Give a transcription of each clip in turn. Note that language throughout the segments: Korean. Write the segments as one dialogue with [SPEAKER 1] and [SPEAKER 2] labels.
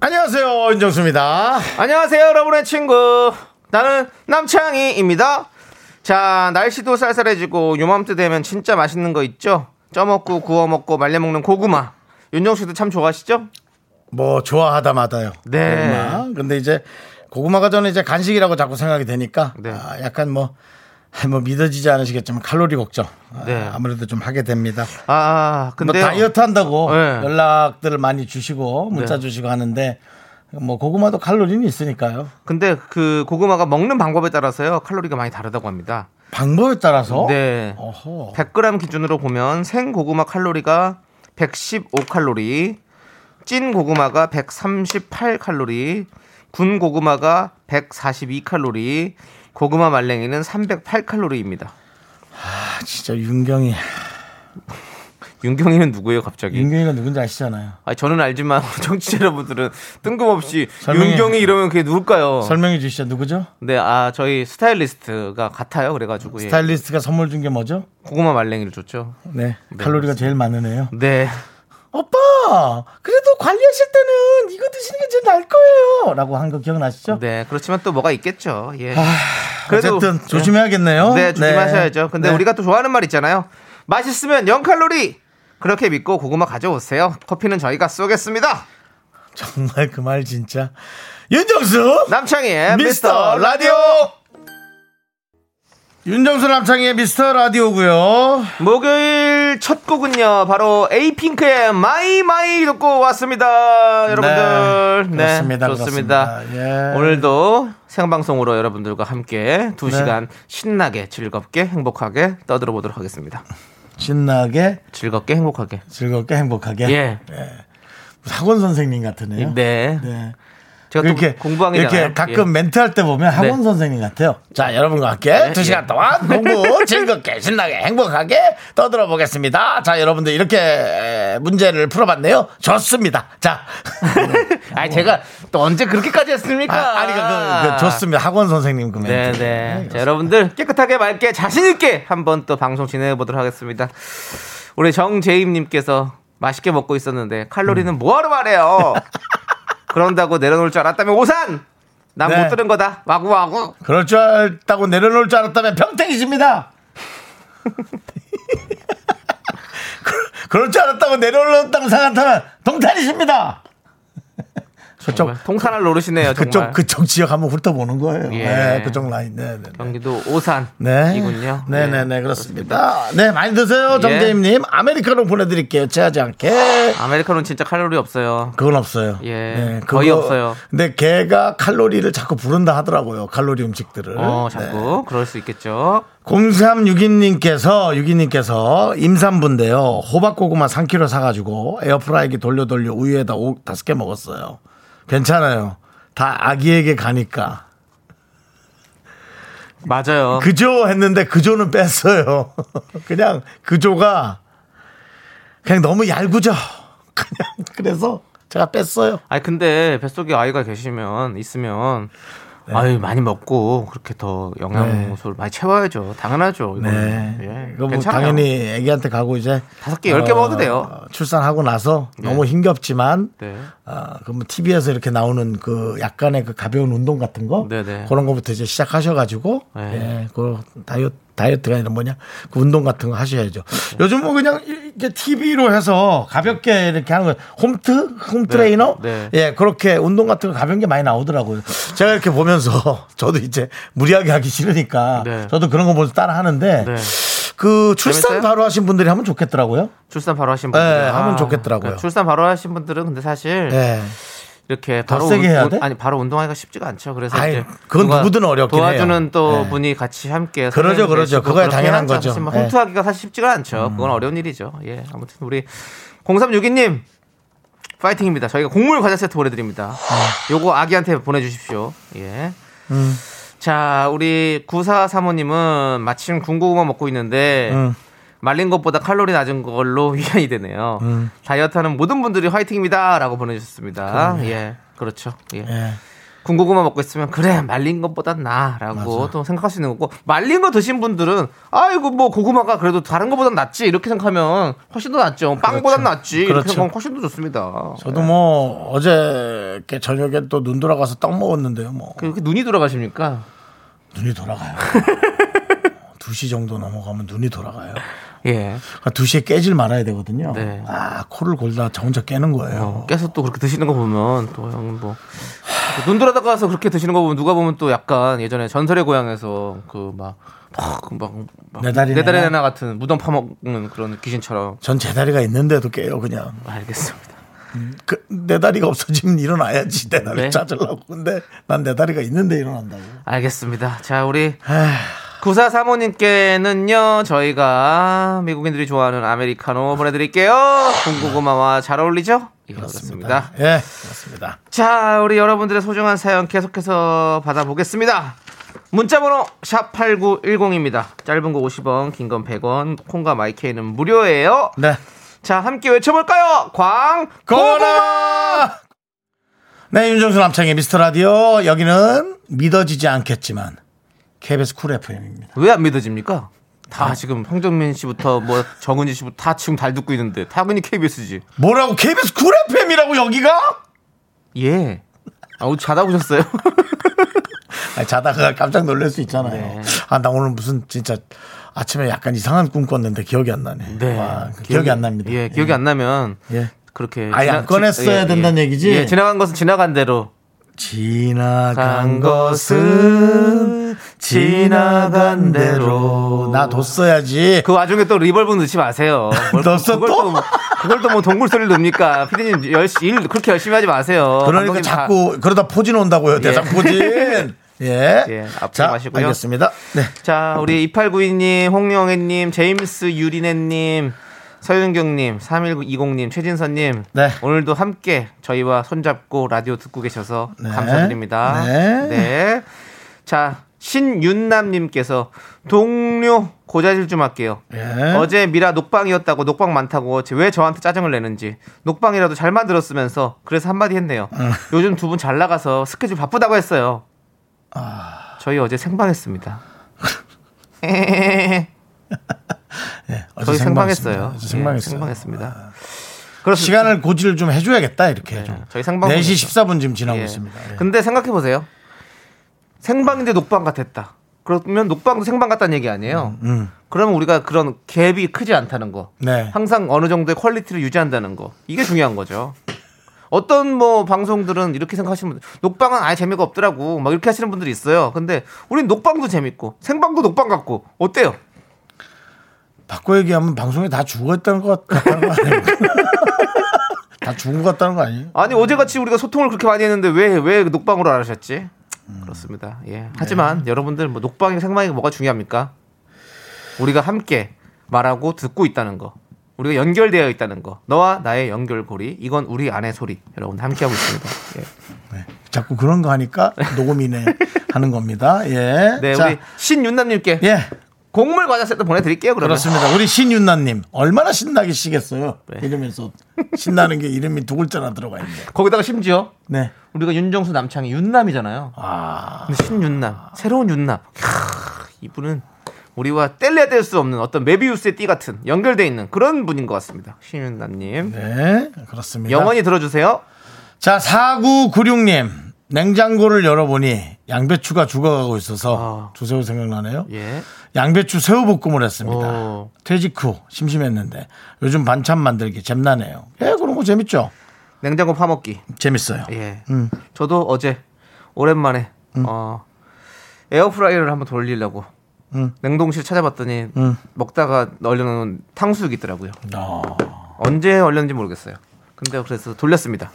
[SPEAKER 1] 안녕하세요 윤정수입니다.
[SPEAKER 2] 안녕하세요, 여러분의 친구. 나는 남창희입니다. 자, 날씨도 쌀쌀해지고 요맘때 되면 진짜 맛있는 거 있죠? 쪄먹고 구워먹고 말려먹는 고구마. 윤정 씨도 참 좋아하시죠?
[SPEAKER 1] 뭐 좋아하다마다요.
[SPEAKER 2] 네.
[SPEAKER 1] 고구마. 근데 이제 고구마가 저는 이제 간식이라고 자꾸 생각이 되니까
[SPEAKER 2] 네.
[SPEAKER 1] 아, 약간 뭐. 아, 뭐 믿어지지 않으시겠지만 칼로리 걱정 아,
[SPEAKER 2] 네.
[SPEAKER 1] 아무래도 좀 하게 됩니다.
[SPEAKER 2] 아,
[SPEAKER 1] 뭐
[SPEAKER 2] 근데
[SPEAKER 1] 다이어트 한다고
[SPEAKER 2] 네.
[SPEAKER 1] 연락들을 많이 주시고 문자
[SPEAKER 2] 네.
[SPEAKER 1] 주시고 하는데 뭐 고구마도 칼로리는 있으니까요.
[SPEAKER 2] 근데 그 고구마가 먹는 방법에 따라서요. 칼로리가 많이 다르다고 합니다.
[SPEAKER 1] 방법에 따라서
[SPEAKER 2] 네.
[SPEAKER 1] 어? 어허.
[SPEAKER 2] 100g 기준으로 보면 생 고구마 칼로리가 115칼로리, 찐 고구마가 138칼로리, 군 고구마가 142칼로리, 고구마 말랭이는 308칼로리입니다.
[SPEAKER 1] 아, 진짜 윤경이
[SPEAKER 2] 윤경이는 누구예요, 갑자기?
[SPEAKER 1] 윤경이가 누군지 아시잖아요.
[SPEAKER 2] 아, 저는 알지만 정치자 여러분들은 뜬금없이
[SPEAKER 1] 설명해.
[SPEAKER 2] 윤경이 이러면 그게 누굴까요?
[SPEAKER 1] 설명해 주시죠. 누구죠?
[SPEAKER 2] 네, 아 저희 스타일리스트가 같아요. 그래가지고 예.
[SPEAKER 1] 스타일리스트가 선물 준 게 뭐죠?
[SPEAKER 2] 고구마 말랭이를 줬죠.
[SPEAKER 1] 네. 칼로리가 제일 많은 애요.
[SPEAKER 2] 네,
[SPEAKER 1] 오빠, 그래도 관리하실 때는 이거 드시는 게 제일 나을 거예요. 라고 한 거 기억나시죠?
[SPEAKER 2] 네 그렇지만 또 뭐가 있겠죠. 예.
[SPEAKER 1] 아,
[SPEAKER 2] 그래도- 예.
[SPEAKER 1] 어쨌든 조심해야겠네요.
[SPEAKER 2] 네, 조심하셔야죠. 근데
[SPEAKER 1] 네.
[SPEAKER 2] 우리가 또 좋아하는 말 있잖아요. 맛있으면 0칼로리! 그렇게 믿고 고구마 가져오세요. 커피는 저희가 쏘겠습니다.
[SPEAKER 1] 정말 그 말 진짜. 윤정수!
[SPEAKER 2] 남창희의
[SPEAKER 1] 미스터
[SPEAKER 2] 미스터 라디오!
[SPEAKER 1] 윤정수 남창희의 미스터 라디오고요
[SPEAKER 2] 목요일 첫 곡은요, 바로 에이핑크의 마이 마이 듣고 왔습니다.
[SPEAKER 1] 네,
[SPEAKER 2] 여러분들.
[SPEAKER 1] 그렇습니다,
[SPEAKER 2] 좋습니다.
[SPEAKER 1] 그렇습니다. 예.
[SPEAKER 2] 오늘도 생방송으로 여러분들과 함께
[SPEAKER 1] 네.
[SPEAKER 2] 두 시간 신나게, 즐겁게, 행복하게 떠들어 보도록 하겠습니다.
[SPEAKER 1] 신나게,
[SPEAKER 2] 즐겁게, 행복하게.
[SPEAKER 1] 즐겁게, 행복하게.
[SPEAKER 2] 예.
[SPEAKER 1] 학원 선생님 같으네요.
[SPEAKER 2] 네.
[SPEAKER 1] 네.
[SPEAKER 2] 제가
[SPEAKER 1] 이렇게
[SPEAKER 2] 또 공부하기잖아요.
[SPEAKER 1] 이렇게 가끔
[SPEAKER 2] 예.
[SPEAKER 1] 멘트할 때 보면 학원
[SPEAKER 2] 네.
[SPEAKER 1] 선생님 같아요. 네. 자, 여러분과 함께 두
[SPEAKER 2] 예.
[SPEAKER 1] 시간 동안 공부 즐겁게 신나게 행복하게 떠들어 보겠습니다. 자, 여러분들 이렇게 에, 문제를 풀어봤네요. 좋습니다. 자,
[SPEAKER 2] 아니 제가 또 언제 그렇게까지
[SPEAKER 1] 아,
[SPEAKER 2] 했습니까?
[SPEAKER 1] 아니 그, 그, 그 좋습니다. 학원 선생님 그 멘트.
[SPEAKER 2] 네네. 자, 여러분들 깨끗하게 맑게 자신 있게 한번 또 방송 진행해 보도록 하겠습니다. 우리 정재임님께서 맛있게 먹고 있었는데 칼로리는
[SPEAKER 1] 음.
[SPEAKER 2] 뭐하러 말해요? 그런다고 내려놓을 줄 알았다면 오산. 난 못
[SPEAKER 1] 네.
[SPEAKER 2] 들은 거다. 와구 와구.
[SPEAKER 1] 그럴 줄 알았다고 내려놓을 줄 알았다면 평택이십니다. 그- 그럴 줄 알았다고 내려놓았다고 생각하면 동탄이십니다. 그쪽
[SPEAKER 2] 정말 통산을 노르시네요. 정말.
[SPEAKER 1] 그쪽 그쪽 지역 한번 훑어보는 거예요.
[SPEAKER 2] 예.
[SPEAKER 1] 네, 그쪽 라인. 네, 네. 네.
[SPEAKER 2] 경기도 오산이군요. 예.
[SPEAKER 1] 네. 네, 네, 네, 그렇습니다. 네, 많이 드세요, 정재임님. 아메리카노 보내드릴게요. 체하지 않게.
[SPEAKER 2] 아메리카노는 진짜 칼로리 없어요.
[SPEAKER 1] 그건 없어요. 네,
[SPEAKER 2] 예, 거의 없어요.
[SPEAKER 1] 근데 걔가 칼로리를 자꾸 부른다 하더라고요. 칼로리 음식들을.
[SPEAKER 2] 어
[SPEAKER 1] 네.
[SPEAKER 2] 자꾸 그럴 수 있겠죠.
[SPEAKER 1] 0362님께서, 62님께서 임산부인데요. 호박고구마 3kg 사가지고 에어프라이기 돌려 돌려 우유에다 오, 5개 먹었어요. 괜찮아요. 다 아기에게 가니까.
[SPEAKER 2] 맞아요.
[SPEAKER 1] 그조 했는데 그조는 뺐어요. 그냥 그조가 그냥 너무 얄궂어. 그냥 그래서 제가 뺐어요.
[SPEAKER 2] 아니 근데 뱃속에 아이가 계시면 있으면
[SPEAKER 1] 네.
[SPEAKER 2] 아유 많이 먹고 그렇게 더 영양소를 많이 채워야죠. 당연하죠.
[SPEAKER 1] 네.
[SPEAKER 2] 이거는. 예,
[SPEAKER 1] 이거 뭐
[SPEAKER 2] 괜찮아요.
[SPEAKER 1] 당연히 애기한테 가고 이제
[SPEAKER 2] 다섯 개, 열개 먹어도 돼요.
[SPEAKER 1] 출산하고 나서 너무 힘겹지만
[SPEAKER 2] 네.
[SPEAKER 1] 어, 그뭐 TV에서 이렇게 나오는 그 약간의 그 가벼운 운동 같은 거
[SPEAKER 2] 네네.
[SPEAKER 1] 그런 거부터 이제 시작하셔가지고
[SPEAKER 2] 네.
[SPEAKER 1] 예, 그 다이어트 다이어트가 아니라 뭐냐 그 운동 같은 거 하셔야죠.
[SPEAKER 2] 네.
[SPEAKER 1] 요즘 뭐 그냥 이렇게 TV로 해서 가볍게 이렇게 하는 거 홈트 홈 트레이너
[SPEAKER 2] 네.
[SPEAKER 1] 예 그렇게 운동 같은 거 가벼운 게 많이 나오더라고요. 제가 이렇게 보면서 저도 이제 무리하게 하기 싫으니까
[SPEAKER 2] 네.
[SPEAKER 1] 저도 그런 거 보면서 따라 하는데
[SPEAKER 2] 네.
[SPEAKER 1] 그 출산
[SPEAKER 2] 재밌어요?
[SPEAKER 1] 바로 하신 분들이 하면 좋겠더라고요.
[SPEAKER 2] 출산 바로 하신 분들
[SPEAKER 1] 네, 하면 좋겠더라고요.
[SPEAKER 2] 출산 바로 하신 분들은 근데 사실
[SPEAKER 1] 예.
[SPEAKER 2] 이렇게
[SPEAKER 1] 더
[SPEAKER 2] 바로
[SPEAKER 1] 세게
[SPEAKER 2] 운-
[SPEAKER 1] 해야
[SPEAKER 2] 운-
[SPEAKER 1] 돼?
[SPEAKER 2] 아니 바로 운동하기가 쉽지가 않죠. 그래서
[SPEAKER 1] 아이,
[SPEAKER 2] 이제
[SPEAKER 1] 그건
[SPEAKER 2] 누가
[SPEAKER 1] 누구든 어렵긴
[SPEAKER 2] 도와주는
[SPEAKER 1] 해요.
[SPEAKER 2] 또
[SPEAKER 1] 네.
[SPEAKER 2] 분이 같이 함께
[SPEAKER 1] 그러죠,
[SPEAKER 2] 선생님도
[SPEAKER 1] 그러죠.
[SPEAKER 2] 계시고
[SPEAKER 1] 그거야
[SPEAKER 2] 그렇게
[SPEAKER 1] 당연한
[SPEAKER 2] 해야지
[SPEAKER 1] 거죠.
[SPEAKER 2] 않겠지만
[SPEAKER 1] 네. 음.
[SPEAKER 2] 홈트하기가 사실 쉽지가 않죠. 그건 어려운 일이죠. 예, 아무튼 우리 0362님 파이팅입니다. 저희가 곡물 과자 세트 보내드립니다.
[SPEAKER 1] 음.
[SPEAKER 2] 요거 아기한테 보내주십시오. 예. 자, 우리 9435님은 마침 군고구마 먹고 있는데
[SPEAKER 1] 음.
[SPEAKER 2] 말린 것보다 칼로리 낮은 걸로 위안이 되네요.
[SPEAKER 1] 음.
[SPEAKER 2] 다이어트하는 모든 분들이 화이팅입니다. 라고 보내주셨습니다. 예. 그렇죠. 예.
[SPEAKER 1] 예.
[SPEAKER 2] 군고구마 먹고 있으면 그래 말린 것보단 나라고 또 생각할 수 있는 거고 말린 거 드신 분들은 아이고 뭐 고구마가 그래도 다른 거보단 낫지 이렇게 생각하면 훨씬 더 낫죠 빵보단 낫지
[SPEAKER 1] 그렇죠.
[SPEAKER 2] 이렇게 생각하면 훨씬 더 좋습니다
[SPEAKER 1] 저도 뭐 어제 저녁에 또 눈 돌아가서 떡 먹었는데요. 뭐
[SPEAKER 2] 그 이렇게 눈이 돌아가십니까
[SPEAKER 1] 눈이 돌아가요. 2시 정도 넘어가면 눈이 돌아가요.
[SPEAKER 2] 예
[SPEAKER 1] 그러니까 2시에 깨질 말아야 되거든요.
[SPEAKER 2] 네.
[SPEAKER 1] 아, 코를 골다 저 혼자 깨는 거예요.
[SPEAKER 2] 어. 깨서 또 그렇게 드시는 거 보면 또 형은 뭐눈 돌아다가서 그렇게 드시는 거 보면 누가 보면 또 약간 예전에 전설의 고향에서 그 그막막막내
[SPEAKER 1] 내 다리
[SPEAKER 2] 네 다리
[SPEAKER 1] 내놔?
[SPEAKER 2] 내나 같은 무덤 파먹는 그런 귀신처럼
[SPEAKER 1] 전 제 다리가 있는데도 깨요, 그냥.
[SPEAKER 2] 알겠습니다
[SPEAKER 1] 그, 내 다리가 없어지면 일어나야지 내 다리
[SPEAKER 2] 네.
[SPEAKER 1] 찾으려고 근데 난 내 다리가 있는데 일어난다고
[SPEAKER 2] 알겠습니다 자 우리 아,
[SPEAKER 1] 에휴,
[SPEAKER 2] 구사 사모님께는요 저희가 미국인들이 좋아하는 아메리카노 보내드릴게요. 군고구마와 잘 어울리죠? 예, 그렇습니다.
[SPEAKER 1] 예 그렇습니다
[SPEAKER 2] 자 우리 여러분들의 소중한 사연 계속해서 받아보겠습니다. 문자번호 샵 #8910입니다. 짧은 거 50원, 긴 건 100원, 콩과 마이케이는 무료예요.
[SPEAKER 1] 네
[SPEAKER 2] 자 함께 외쳐볼까요? 광고라.
[SPEAKER 1] 고라 네 윤정수 남창의 미스터라디오 여기는 믿어지지 않겠지만 KBS 쿨 FM입니다
[SPEAKER 2] 왜 안 믿어집니까? 다 지금 황정민 씨부터 뭐 정은지 씨부터 다 지금 달 듣고 있는데 당연히 KBS지.
[SPEAKER 1] 뭐라고 KBS 쿨 FM이라고 여기가?
[SPEAKER 2] 예. 아, 오늘 자다 오셨어요?
[SPEAKER 1] 아니, 자다가 깜짝 놀랄 수 있잖아요
[SPEAKER 2] 네.
[SPEAKER 1] 아 나 오늘 무슨 진짜 아침에 약간 이상한 꿈 꿨는데 기억이 안 나네 와, 기억이, 안 납니다
[SPEAKER 2] 예, 기억이 안 나면
[SPEAKER 1] 예.
[SPEAKER 2] 그렇게
[SPEAKER 1] 아예 안 꺼냈어야 된다는 얘기지?
[SPEAKER 2] 예, 지나간 것은 지나간 대로.
[SPEAKER 1] 지나간 것은 지나간 대로 나 뒀어야지
[SPEAKER 2] 그 와중에 또 리벌브 넣지 마세요. 뭘
[SPEAKER 1] 넣었어,
[SPEAKER 2] 그걸
[SPEAKER 1] 또?
[SPEAKER 2] 뭐, 그걸 또 뭐 동굴 소리를 넣습니까? 피디님 열심히 일 그렇게 열심히 하지 마세요.
[SPEAKER 1] 그러니까
[SPEAKER 2] 감독님 다-
[SPEAKER 1] 자꾸 그러다 포진 온다고요 대상 포진 예.
[SPEAKER 2] 예, 앞으로
[SPEAKER 1] 자,
[SPEAKER 2] 마시고요.
[SPEAKER 1] 알겠습니다. 네.
[SPEAKER 2] 자, 우리 2892님, 홍영애님, 제임스 유리네님, 서윤경님, 3120님, 최진선님.
[SPEAKER 1] 네.
[SPEAKER 2] 오늘도 함께 저희와 손잡고 라디오 듣고 계셔서
[SPEAKER 1] 네.
[SPEAKER 2] 감사드립니다.
[SPEAKER 1] 네.
[SPEAKER 2] 네. 자, 신윤남님께서 동료 고자질 좀 할게요.
[SPEAKER 1] 예.
[SPEAKER 2] 어제 미라 녹방이었다고 녹방 많다고 왜 저한테 짜증을 내는지 녹방이라도 잘 만들었으면서 그래서 한마디 했네요.
[SPEAKER 1] 아.
[SPEAKER 2] 요즘 두 분 잘 나가서 스케줄 바쁘다고 했어요.
[SPEAKER 1] 아.
[SPEAKER 2] 저희 어제 생방했습니다.
[SPEAKER 1] 어제
[SPEAKER 2] 저희
[SPEAKER 1] 생방했습니다.
[SPEAKER 2] 생방했어요.
[SPEAKER 1] 어제
[SPEAKER 2] 예,
[SPEAKER 1] 생방했어요. 아.
[SPEAKER 2] 생방했습니다. 그래서
[SPEAKER 1] 시간을 고지를 좀 해줘야겠다 이렇게 좀.
[SPEAKER 2] 네, 저희 생방
[SPEAKER 1] 4시 14분 지금 지나고
[SPEAKER 2] 예.
[SPEAKER 1] 있습니다. 예.
[SPEAKER 2] 근데 생각해 보세요. 생방인데 녹방 같았다. 그러면 녹방도 생방 같다는 얘기 아니에요. 그러면 우리가 그런 갭이 크지 않다는 거.
[SPEAKER 1] 음, 네.
[SPEAKER 2] 항상 어느 정도의 퀄리티를 유지한다는 거. 이게 중요한 거죠. 어떤 뭐 방송들은 이렇게 생각하시는 분들 녹방은 아예 재미가 없더라고 막 이렇게 하시는 분들이 있어요. 근데 우린 녹방도 재밌고 생방도 녹방 같고 어때요?
[SPEAKER 1] 바꿔 얘기하면 방송에 다 죽었다는 것 같다는 거 아니에요? 다 죽은 것 같다는 거 아니에요?
[SPEAKER 2] 아니 어제같이 우리가 소통을 그렇게 많이 했는데 왜 왜 녹방으로 안 하셨지? 그렇습니다. 예. 하지만 여러분들 뭐 녹방이 생방이 뭐가 중요합니까? 우리가 함께 말하고 듣고 있다는 거. 우리가 연결되어 있다는 거. 너와 나의 연결고리. 이건 우리 안의 소리. 여러분 함께 하고 있습니다. 예.
[SPEAKER 1] 네. 자꾸 그런 거 하니까 녹음이네 하는 겁니다. 예.
[SPEAKER 2] 네,
[SPEAKER 1] 자,
[SPEAKER 2] 우리 신윤남 님께
[SPEAKER 1] 예.
[SPEAKER 2] 곡물 과자 세트 보내 드릴게요. 그러면.
[SPEAKER 1] 그렇습니다. 우리 신윤나님 얼마나 신나게 시겠어요.
[SPEAKER 2] 네.
[SPEAKER 1] 이러면서 신나는 게 이름이 두 글자나 들어가 있네.
[SPEAKER 2] 거기다가 심지어
[SPEAKER 1] 네.
[SPEAKER 2] 우리가 윤정수 남창이 윤남이잖아요.
[SPEAKER 1] 아
[SPEAKER 2] 근데 신윤남, 새로운 윤남. 캬, 이분은 우리와 뗄래야 뗄 수 없는 어떤 메비우스의 띠 같은 연결돼 있는 그런 분인 것 같습니다. 신윤남님.
[SPEAKER 1] 네, 그렇습니다.
[SPEAKER 2] 영원히 들어주세요.
[SPEAKER 1] 자 4996님 냉장고를 열어보니 양배추가 죽어가고 있어서
[SPEAKER 2] 아.
[SPEAKER 1] 조세호 생각나네요.
[SPEAKER 2] 예.
[SPEAKER 1] 양배추 새우볶음을 했습니다.
[SPEAKER 2] 오.
[SPEAKER 1] 퇴직 후 심심했는데 요즘 반찬 만들기 잼나네요. 예, 그런 거 재밌죠?
[SPEAKER 2] 냉장고 파먹기.
[SPEAKER 1] 재밌어요.
[SPEAKER 2] 예.
[SPEAKER 1] 음.
[SPEAKER 2] 저도 어제 오랜만에 어, 에어프라이어를 한번 돌리려고
[SPEAKER 1] 음.
[SPEAKER 2] 냉동실 찾아봤더니
[SPEAKER 1] 음.
[SPEAKER 2] 먹다가 얼려놓은 탕수육이 있더라고요.
[SPEAKER 1] 어,
[SPEAKER 2] 언제 얼렸는지 모르겠어요. 근데 그래서 돌렸습니다.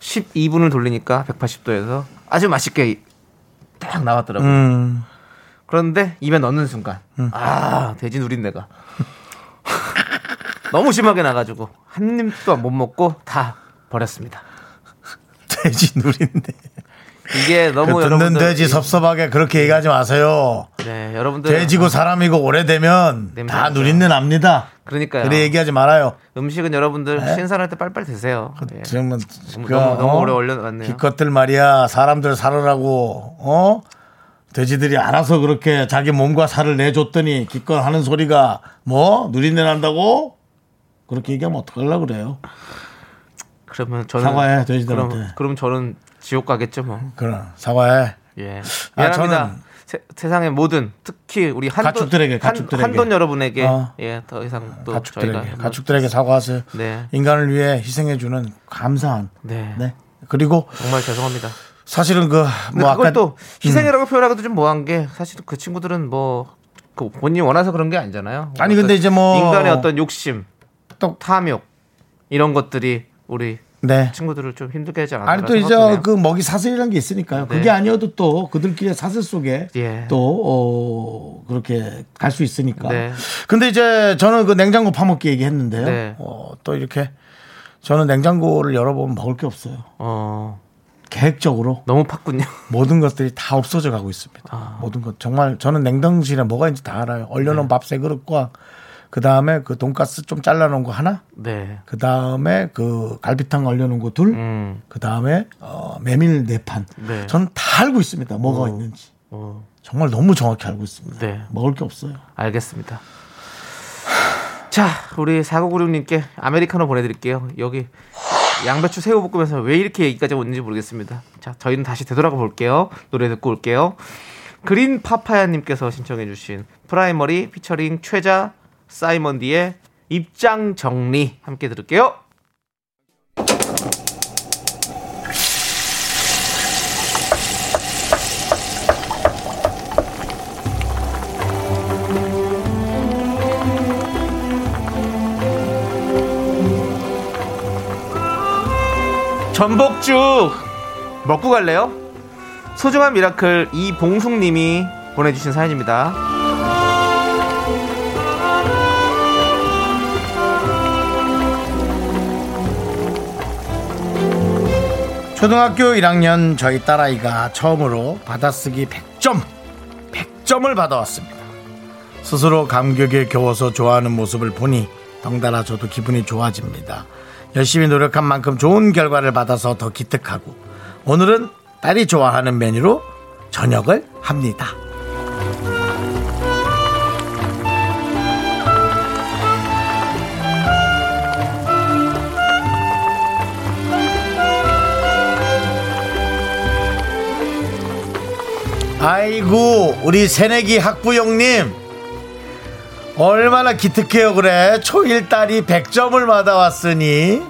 [SPEAKER 2] 12분을 돌리니까 180도에서 아주 맛있게 딱 나왔더라고요.
[SPEAKER 1] 음,
[SPEAKER 2] 그런데 입에 넣는 순간 아 돼지 누린내가 너무 심하게 나가지고 한 입도 안 못 먹고 다 버렸습니다.
[SPEAKER 1] 돼지 누린데.
[SPEAKER 2] 이게 너무
[SPEAKER 1] 그 듣는
[SPEAKER 2] 여러분들 예.
[SPEAKER 1] 돼지 섭섭하게 그렇게 얘기하지 마세요.
[SPEAKER 2] 네, 여러분들
[SPEAKER 1] 돼지고 사람이고 오래되면
[SPEAKER 2] 냄새
[SPEAKER 1] 다
[SPEAKER 2] 나죠. 네.
[SPEAKER 1] 누린내 납니다.
[SPEAKER 2] 그러니까요.
[SPEAKER 1] 그래 얘기하지 말아요.
[SPEAKER 2] 음식은 여러분들 신선할 때 빨빨 드세요. 예.
[SPEAKER 1] 네. 그 지금은 어?
[SPEAKER 2] 너무- 너무- 너무 오래 올려놨네요.
[SPEAKER 1] 기껏들 말이야 사람들 살으라고 어 돼지들이 알아서 그렇게 자기 몸과 살을 내줬더니 기껏 하는 소리가 뭐 누린내 난다고 그렇게 얘기하면 어떡하려 그래요.
[SPEAKER 2] 그러면 저는
[SPEAKER 1] 사과해, 돼지들한테.
[SPEAKER 2] 그럼, 그럼 저는 지옥 가겠죠 뭐.
[SPEAKER 1] 그럼 사과해.
[SPEAKER 2] 예.
[SPEAKER 1] 아,
[SPEAKER 2] 미안합니다.
[SPEAKER 1] 저는-
[SPEAKER 2] 세, 세상의 모든 특히 우리 한돈
[SPEAKER 1] 가축들에게, 가축들에게.
[SPEAKER 2] 한, 돈 여러분에게
[SPEAKER 1] 어.
[SPEAKER 2] 예, 더 이상 또 저희가
[SPEAKER 1] 가축들에게
[SPEAKER 2] 한번-
[SPEAKER 1] 가축들에게 사과하세요.
[SPEAKER 2] 네.
[SPEAKER 1] 인간을 위해 희생해주는 감사한.
[SPEAKER 2] 네.
[SPEAKER 1] 네. 그리고
[SPEAKER 2] 정말 죄송합니다.
[SPEAKER 1] 사실은 그 뭐
[SPEAKER 2] 근데
[SPEAKER 1] 아까
[SPEAKER 2] 그걸 또 희생이라고 표현하기도 좀 뭐한 게 사실 그 친구들은 뭐 그 본인이 원해서 그런 게 아니잖아요.
[SPEAKER 1] 아니,
[SPEAKER 2] 어떤
[SPEAKER 1] 근데 이제 뭐-
[SPEAKER 2] 인간의 어떤 욕심,
[SPEAKER 1] 또-
[SPEAKER 2] 탐욕 이런 것들이 우리
[SPEAKER 1] 네.
[SPEAKER 2] 친구들을 좀 힘들게 하지 않았나
[SPEAKER 1] 아니 또 이제
[SPEAKER 2] 생각드네요.
[SPEAKER 1] 그 먹이 사슬이라는 게 있으니까요.
[SPEAKER 2] 네.
[SPEAKER 1] 그게 아니어도 또 그들끼리 사슬 속에
[SPEAKER 2] 예.
[SPEAKER 1] 또 어, 그렇게 갈 수 있으니까.
[SPEAKER 2] 네.
[SPEAKER 1] 근데 이제 저는 그 냉장고 파먹기 얘기했는데요.
[SPEAKER 2] 네.
[SPEAKER 1] 어, 또 이렇게 저는 냉장고를 열어보면 먹을 게 없어요.
[SPEAKER 2] 어,
[SPEAKER 1] 계획적으로
[SPEAKER 2] 너무 팠군요.
[SPEAKER 1] 모든 것들이 다 없어져 가고 있습니다.
[SPEAKER 2] 아.
[SPEAKER 1] 모든 것 정말 저는 냉동실에 뭐가 있는지 다 알아요.
[SPEAKER 2] 네.
[SPEAKER 1] 얼려놓은 밥 세 그릇과 그 다음에 그 돈가스 좀 잘라놓은 거 하나,
[SPEAKER 2] 네.
[SPEAKER 1] 그 다음에 그 갈비탕 얼려놓은 거 둘,
[SPEAKER 2] 음.
[SPEAKER 1] 그 다음에 어, 메밀 네판.
[SPEAKER 2] 네.
[SPEAKER 1] 저는 다 알고 있습니다. 뭐가 있는지
[SPEAKER 2] 어,
[SPEAKER 1] 정말 너무 정확히 알고 있습니다.
[SPEAKER 2] 네.
[SPEAKER 1] 먹을 게 없어요.
[SPEAKER 2] 알겠습니다. 자, 우리 4996님께 아메리카노 보내드릴게요. 여기 양배추 새우볶음에서 왜 이렇게 얘기까지 왔는지 모르겠습니다. 자, 저희는 다시 되돌아가 볼게요. 노래 듣고 올게요. 그린 파파야님께서 신청해주신 프라이머리 피처링 최자 사이먼디의 입장 정리 함께 들을게요. 전복죽 먹고 갈래요? 소중한 미라클 이봉숙님이 보내주신 사연입니다.
[SPEAKER 1] 초등학교 1학년 저희 딸아이가 처음으로 받아쓰기 100점, 100점을 받아왔습니다. 스스로 감격에 겨워서 좋아하는 모습을 보니 덩달아 저도 기분이 좋아집니다. 열심히 노력한 만큼 좋은 결과를 받아서 더 기특하고 오늘은 딸이 좋아하는 메뉴로 저녁을 합니다. 아이고 우리 새내기 학부형님 얼마나 기특해요 그래 초일 딸이 100점을 받아왔으니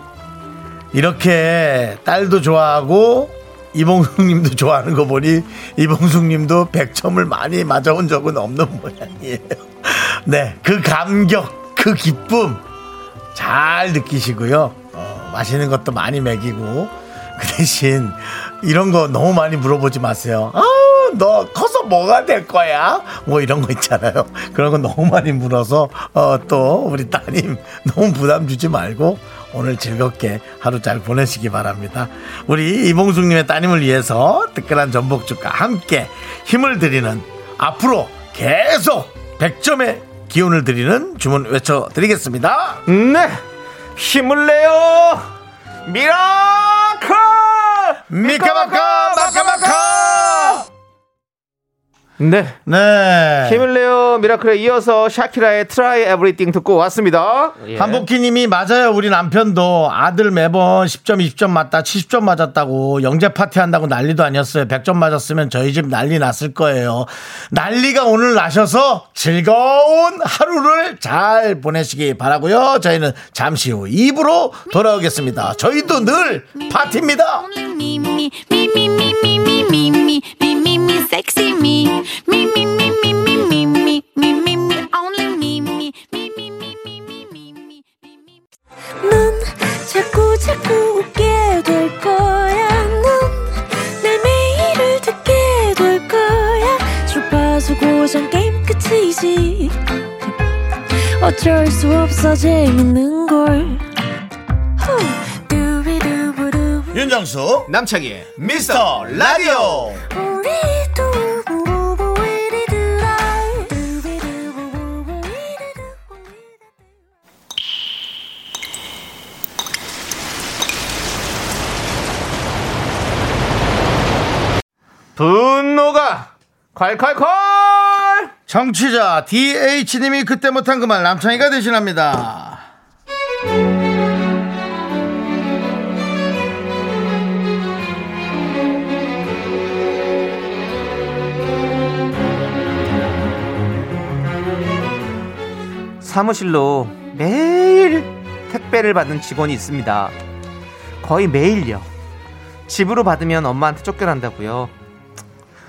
[SPEAKER 1] 이렇게 딸도 좋아하고 이봉숙님도 좋아하는 거 보니 이봉숙님도 100점을 많이 맞아온 적은 없는 모양이에요 네그 감격 그 기쁨 잘 느끼시고요. 어, 맛있는 것도 많이 먹이고 그 대신 이런 거 너무 많이 물어보지 마세요. 아, 너 커서 뭐가 될 거야? 뭐 이런 거 있잖아요. 그런 거 너무 많이 물어서 어, 또 우리 따님 너무 부담 주지 말고 오늘 즐겁게 하루 잘 보내시기 바랍니다. 우리 이봉숙님의 따님을 위해서 뜨끈한 전복죽과 함께 힘을 드리는 앞으로 계속 100점의 기운을 드리는 주문 외쳐드리겠습니다.
[SPEAKER 2] 네 힘을 내요 미라클
[SPEAKER 1] 미카마카 마카마카
[SPEAKER 2] 네
[SPEAKER 1] 네
[SPEAKER 2] 힘을 내요 미라클에 이어서 샤키라의 트라이 에브리띵 듣고 왔습니다 예.
[SPEAKER 1] 한복희님이 맞아요 우리 남편도 아들 매번 10점 20점 맞다 70점 맞았다고 영재 파티 한다고 난리도 아니었어요 100점 맞았으면 저희 집 난리 났을 거예요 난리가 오늘 나셔서 즐거운 하루를 잘 보내시기 바라고요 저희는 잠시 후 입으로 돌아오겠습니다 저희도 늘 파티입니다
[SPEAKER 3] Me, me, me, me, me, me, me, me, me, me, me, me, sexy me. Me, me, me, me, me, me, me, me, me, me, only me, me, me, me, me, me, me, me, me, me, me.
[SPEAKER 4] 넌 자꾸 자꾸 웃게 될 거야. 넌내 매일을 듣게 될 거야. 주파수 고정 게임 끝이지. 어쩔 수 없어 재밌는 걸. 후. 두비두부
[SPEAKER 1] 윤정수
[SPEAKER 2] 남창희의
[SPEAKER 1] 미스터 라디오
[SPEAKER 2] 분노가 콸콸콸
[SPEAKER 1] 정취자 DH님이 그때 못한 그 말 남창희가 대신합니다
[SPEAKER 2] 사무실로 매일 택배를 받는 직원이 있습니다. 거의 매일요. 집으로 받으면 엄마한테 쫓겨난다고요.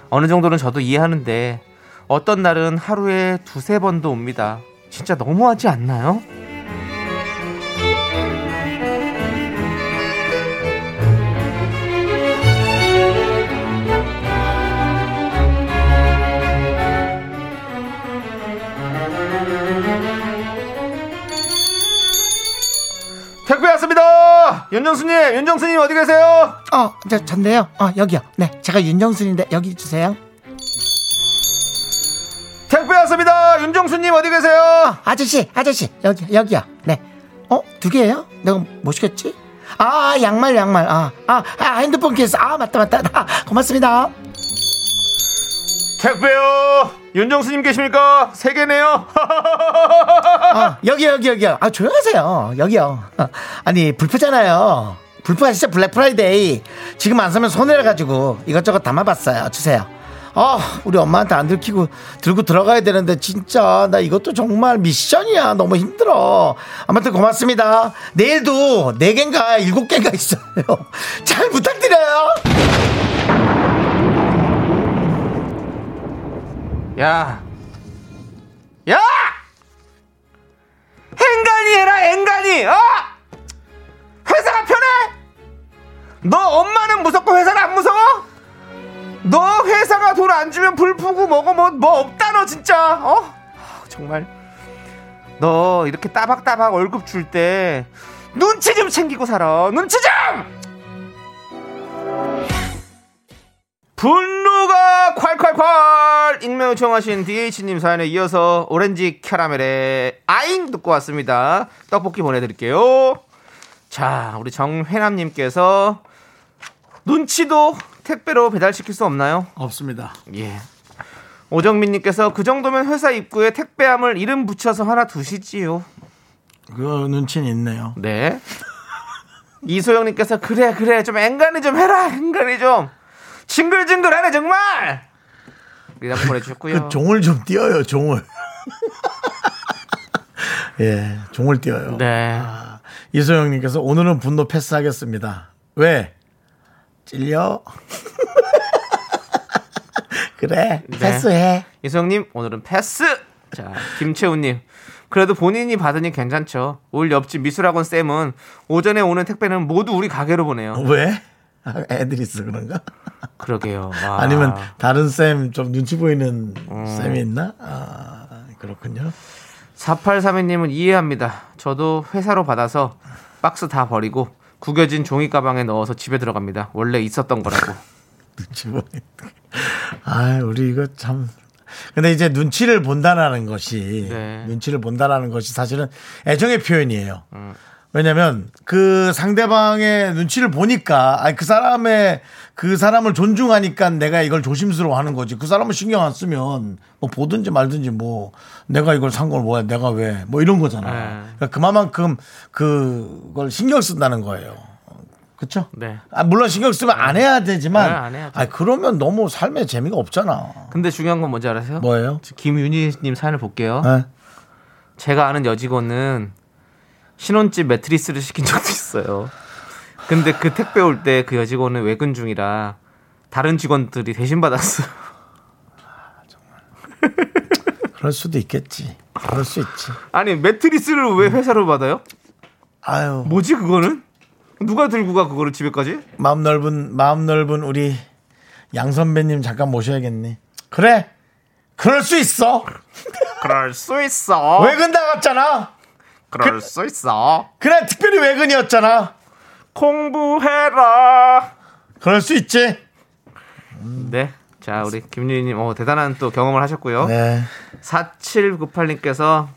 [SPEAKER 2] 어느 정도는 저도 이해하는데 어떤 날은 하루에 두세 번도 옵니다. 진짜 너무하지 않나요? 택배 왔습니다. 윤정수님, 윤정수님 어디 계세요?
[SPEAKER 5] 어, 저, 전데요. 어, 여기요. 네, 제가 윤정순인데 여기 주세요.
[SPEAKER 2] 택배 왔습니다. 윤정수님 어디 계세요?
[SPEAKER 5] 아저씨, 아저씨, 여기, 여기요. 네. 어, 두 개예요? 내가 뭐 시켰지? 아, 아, 양말, 양말. 아, 아, 아, 핸드폰 케이스. 아, 맞다, 맞다. 아, 고맙습니다.
[SPEAKER 2] 택배요. 윤정수님 계십니까? 세 개네요.
[SPEAKER 5] 아, 여기, 여기, 여기요. 아, 조용하세요. 여기요. 아, 아니, 불프잖아요. 불프 아시죠? 블랙 프라이데이. 지금 안 사면 손해라가지고 이것저것 담아봤어요. 주세요. 아, 우리 엄마한테 안 들키고 들고 들어가야 되는데 진짜 나 이것도 정말 미션이야. 너무 힘들어. 아무튼 고맙습니다. 내일도 네개인가 일곱 개가 있어요. 잘 부탁드려요.
[SPEAKER 2] 야, 야, 행간이 해라 행간이. 어? 회사가 편해? 너 엄마는 무섭고 회사는 안 무서워? 너 회사가 돈 안 주면 불푸고 뭐고 뭐, 뭐 없다 너 진짜. 어? 아, 정말. 너 이렇게 따박따박 월급 줄 때 눈치 좀 챙기고 살아. 눈치 좀. 분노가 콸콸콸 익명 요청하신 DH님 사연에 이어서 오렌지 캐러멜의 아잉 듣고 왔습니다 떡볶이 보내드릴게요 자 우리 정회남님께서 눈치도 택배로 배달시킬 수 없나요?
[SPEAKER 1] 없습니다
[SPEAKER 2] 예 오정민님께서 그 정도면 회사 입구에 택배함을 이름 붙여서 하나 두시지요
[SPEAKER 1] 그거 눈치는 있네요
[SPEAKER 2] 네. 이소영님께서 그래 그래 좀 앵간히 좀 해라 앵간히 좀 징글징글하네 정말. 이라고 보내주셨고요.
[SPEAKER 1] 그 종을 좀 띄어요 종을 예 종을 띄어요
[SPEAKER 2] 네.
[SPEAKER 1] 이소영님께서 오늘은 분노 패스하겠습니다. 왜? 찔려? 그래,
[SPEAKER 2] 네.
[SPEAKER 1] 패스해.
[SPEAKER 2] 이소영님 오늘은 패스. 자 김채훈님. 그래도 본인이 받으니 괜찮죠. 올 옆집 미술학원 쌤은 오전에 오는 택배는 모두 우리 가게로 보내요.
[SPEAKER 1] 왜? 아, 애들이 있어 그런가?
[SPEAKER 2] 그러게요. 와.
[SPEAKER 1] 아. 니면 다른 쌤 좀 눈치 보이는
[SPEAKER 2] 음.
[SPEAKER 1] 쌤이 있나? 아, 그렇군요.
[SPEAKER 2] 4832님은 이해합니다. 저도 회사로 받아서 박스 다 버리고 구겨진 종이 가방에 넣어서 집에 들어갑니다. 원래 있었던 거라고.
[SPEAKER 1] 눈치 보이는. 뭐. 아, 우리 이거 참. 근데 이제 눈치를 본다라는 것이
[SPEAKER 2] 네.
[SPEAKER 1] 눈치를 본다라는 것이 사실은 애정의 표현이에요.
[SPEAKER 2] 음.
[SPEAKER 1] 왜냐면 그 상대방의 눈치를 보니까 아니 그 사람의 그 사람을 존중하니까 내가 이걸 조심스러워하는 거지. 그 사람을 신경 안 쓰면 뭐 보든지 말든지 뭐 내가 이걸 산 걸 뭐야 내가 왜 뭐 이런 거잖아.
[SPEAKER 2] 네.
[SPEAKER 1] 그러니까 그만큼 그걸 신경 쓴다는 거예요. 그렇죠?
[SPEAKER 2] 네.
[SPEAKER 1] 아, 물론 신경 쓰면 안 해야 되지만
[SPEAKER 2] 네, 안 해야죠.
[SPEAKER 1] 아 그러면 너무 삶에 재미가 없잖아.
[SPEAKER 2] 근데 중요한 건 뭔지 알아세요?
[SPEAKER 1] 뭐예요?
[SPEAKER 2] 김윤희님 사연을 볼게요.
[SPEAKER 1] 네.
[SPEAKER 2] 제가 아는 여직원은 신혼집 매트리스를 시킨 적도 있어요. 근데 그 택배 올 때 그 여직원은 외근 중이라 다른 직원들이 대신 받았어요.
[SPEAKER 1] 그럴 수도 있겠지. 그럴 수 있지.
[SPEAKER 2] 아니 매트리스를 왜 회사로 받아요?
[SPEAKER 1] 아유
[SPEAKER 2] 뭐지 그거는? 누가 들고 가 그거를 집에까지?
[SPEAKER 1] 마음 넓은 마음 넓은 우리 양 선배님 잠깐 모셔야겠니? 그래. 그럴 수 있어.
[SPEAKER 2] 그럴 수 있어.
[SPEAKER 1] 외근 나갔잖아.
[SPEAKER 2] 그럴 수 있어.
[SPEAKER 1] 그날 특별히 외근이었잖아.
[SPEAKER 2] 공부해라.
[SPEAKER 1] 그럴 수 있지.
[SPEAKER 2] 네. 자, 우리 김유희님, 어, 대단한 또 경험을 하셨고요.
[SPEAKER 1] 네.
[SPEAKER 2] 4798님께서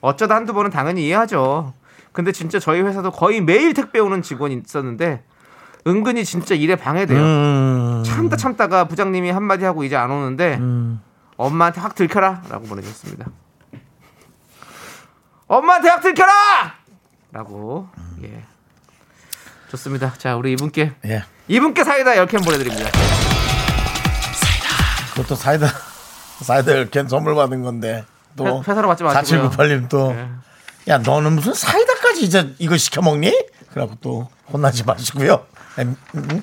[SPEAKER 2] 어쩌다 한두 번은 당연히 이해하죠. 근데 진짜 저희 회사도 거의 매일 택배 오는 직원이 있었는데 은근히 진짜 일에 방해돼요.
[SPEAKER 1] 음,
[SPEAKER 2] 참다 참다가 부장님이 한마디 하고 이제 안 오는데 엄마한테 확 들켜라 라고 보내줬습니다 엄마한테 확 들켜라 라고 예 좋습니다 자 우리 이분께
[SPEAKER 1] 음. 예. 아,
[SPEAKER 2] 이분께 사이다 10캔 보내드립니다
[SPEAKER 1] 그것도 사이다 사이다 열캔 선물 받은 건데 또
[SPEAKER 2] 회- 회사로 받지 마시고요.
[SPEAKER 1] 4798님 또.
[SPEAKER 2] 예.
[SPEAKER 1] 야 너는 무슨 사이다까지 이제 이거 시켜 먹니? 그러고 또 혼나지 마시고요.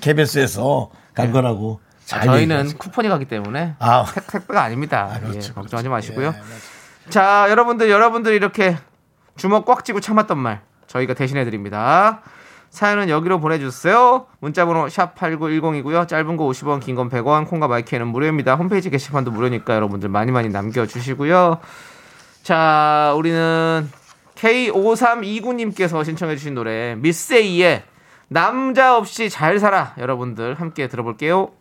[SPEAKER 1] KBS에서 간 거라고. 잘
[SPEAKER 2] 예. 저희는
[SPEAKER 1] 얘기하세요.
[SPEAKER 2] 쿠폰이 가기 때문에
[SPEAKER 1] 아.
[SPEAKER 2] 택, 택배가 아닙니다
[SPEAKER 1] 그렇죠,
[SPEAKER 2] 예,
[SPEAKER 1] 그렇죠.
[SPEAKER 2] 걱정하지 마시고요
[SPEAKER 1] 예,
[SPEAKER 2] 자 여러분들 여러분들 이렇게 주먹 꽉 쥐고 참았던 말 저희가 대신해 드립니다 사연은 여기로 보내주세요 문자번호 샵 8910이고요 짧은 거 50원 긴 건 100원 콩과 마이크는 무료입니다 홈페이지 게시판도 무료니까 여러분들 많이 많이 남겨주시고요 자 우리는 K5329님께서 신청해 주신 노래 미세이의 남자 없이 잘 살아 여러분들 함께 들어볼게요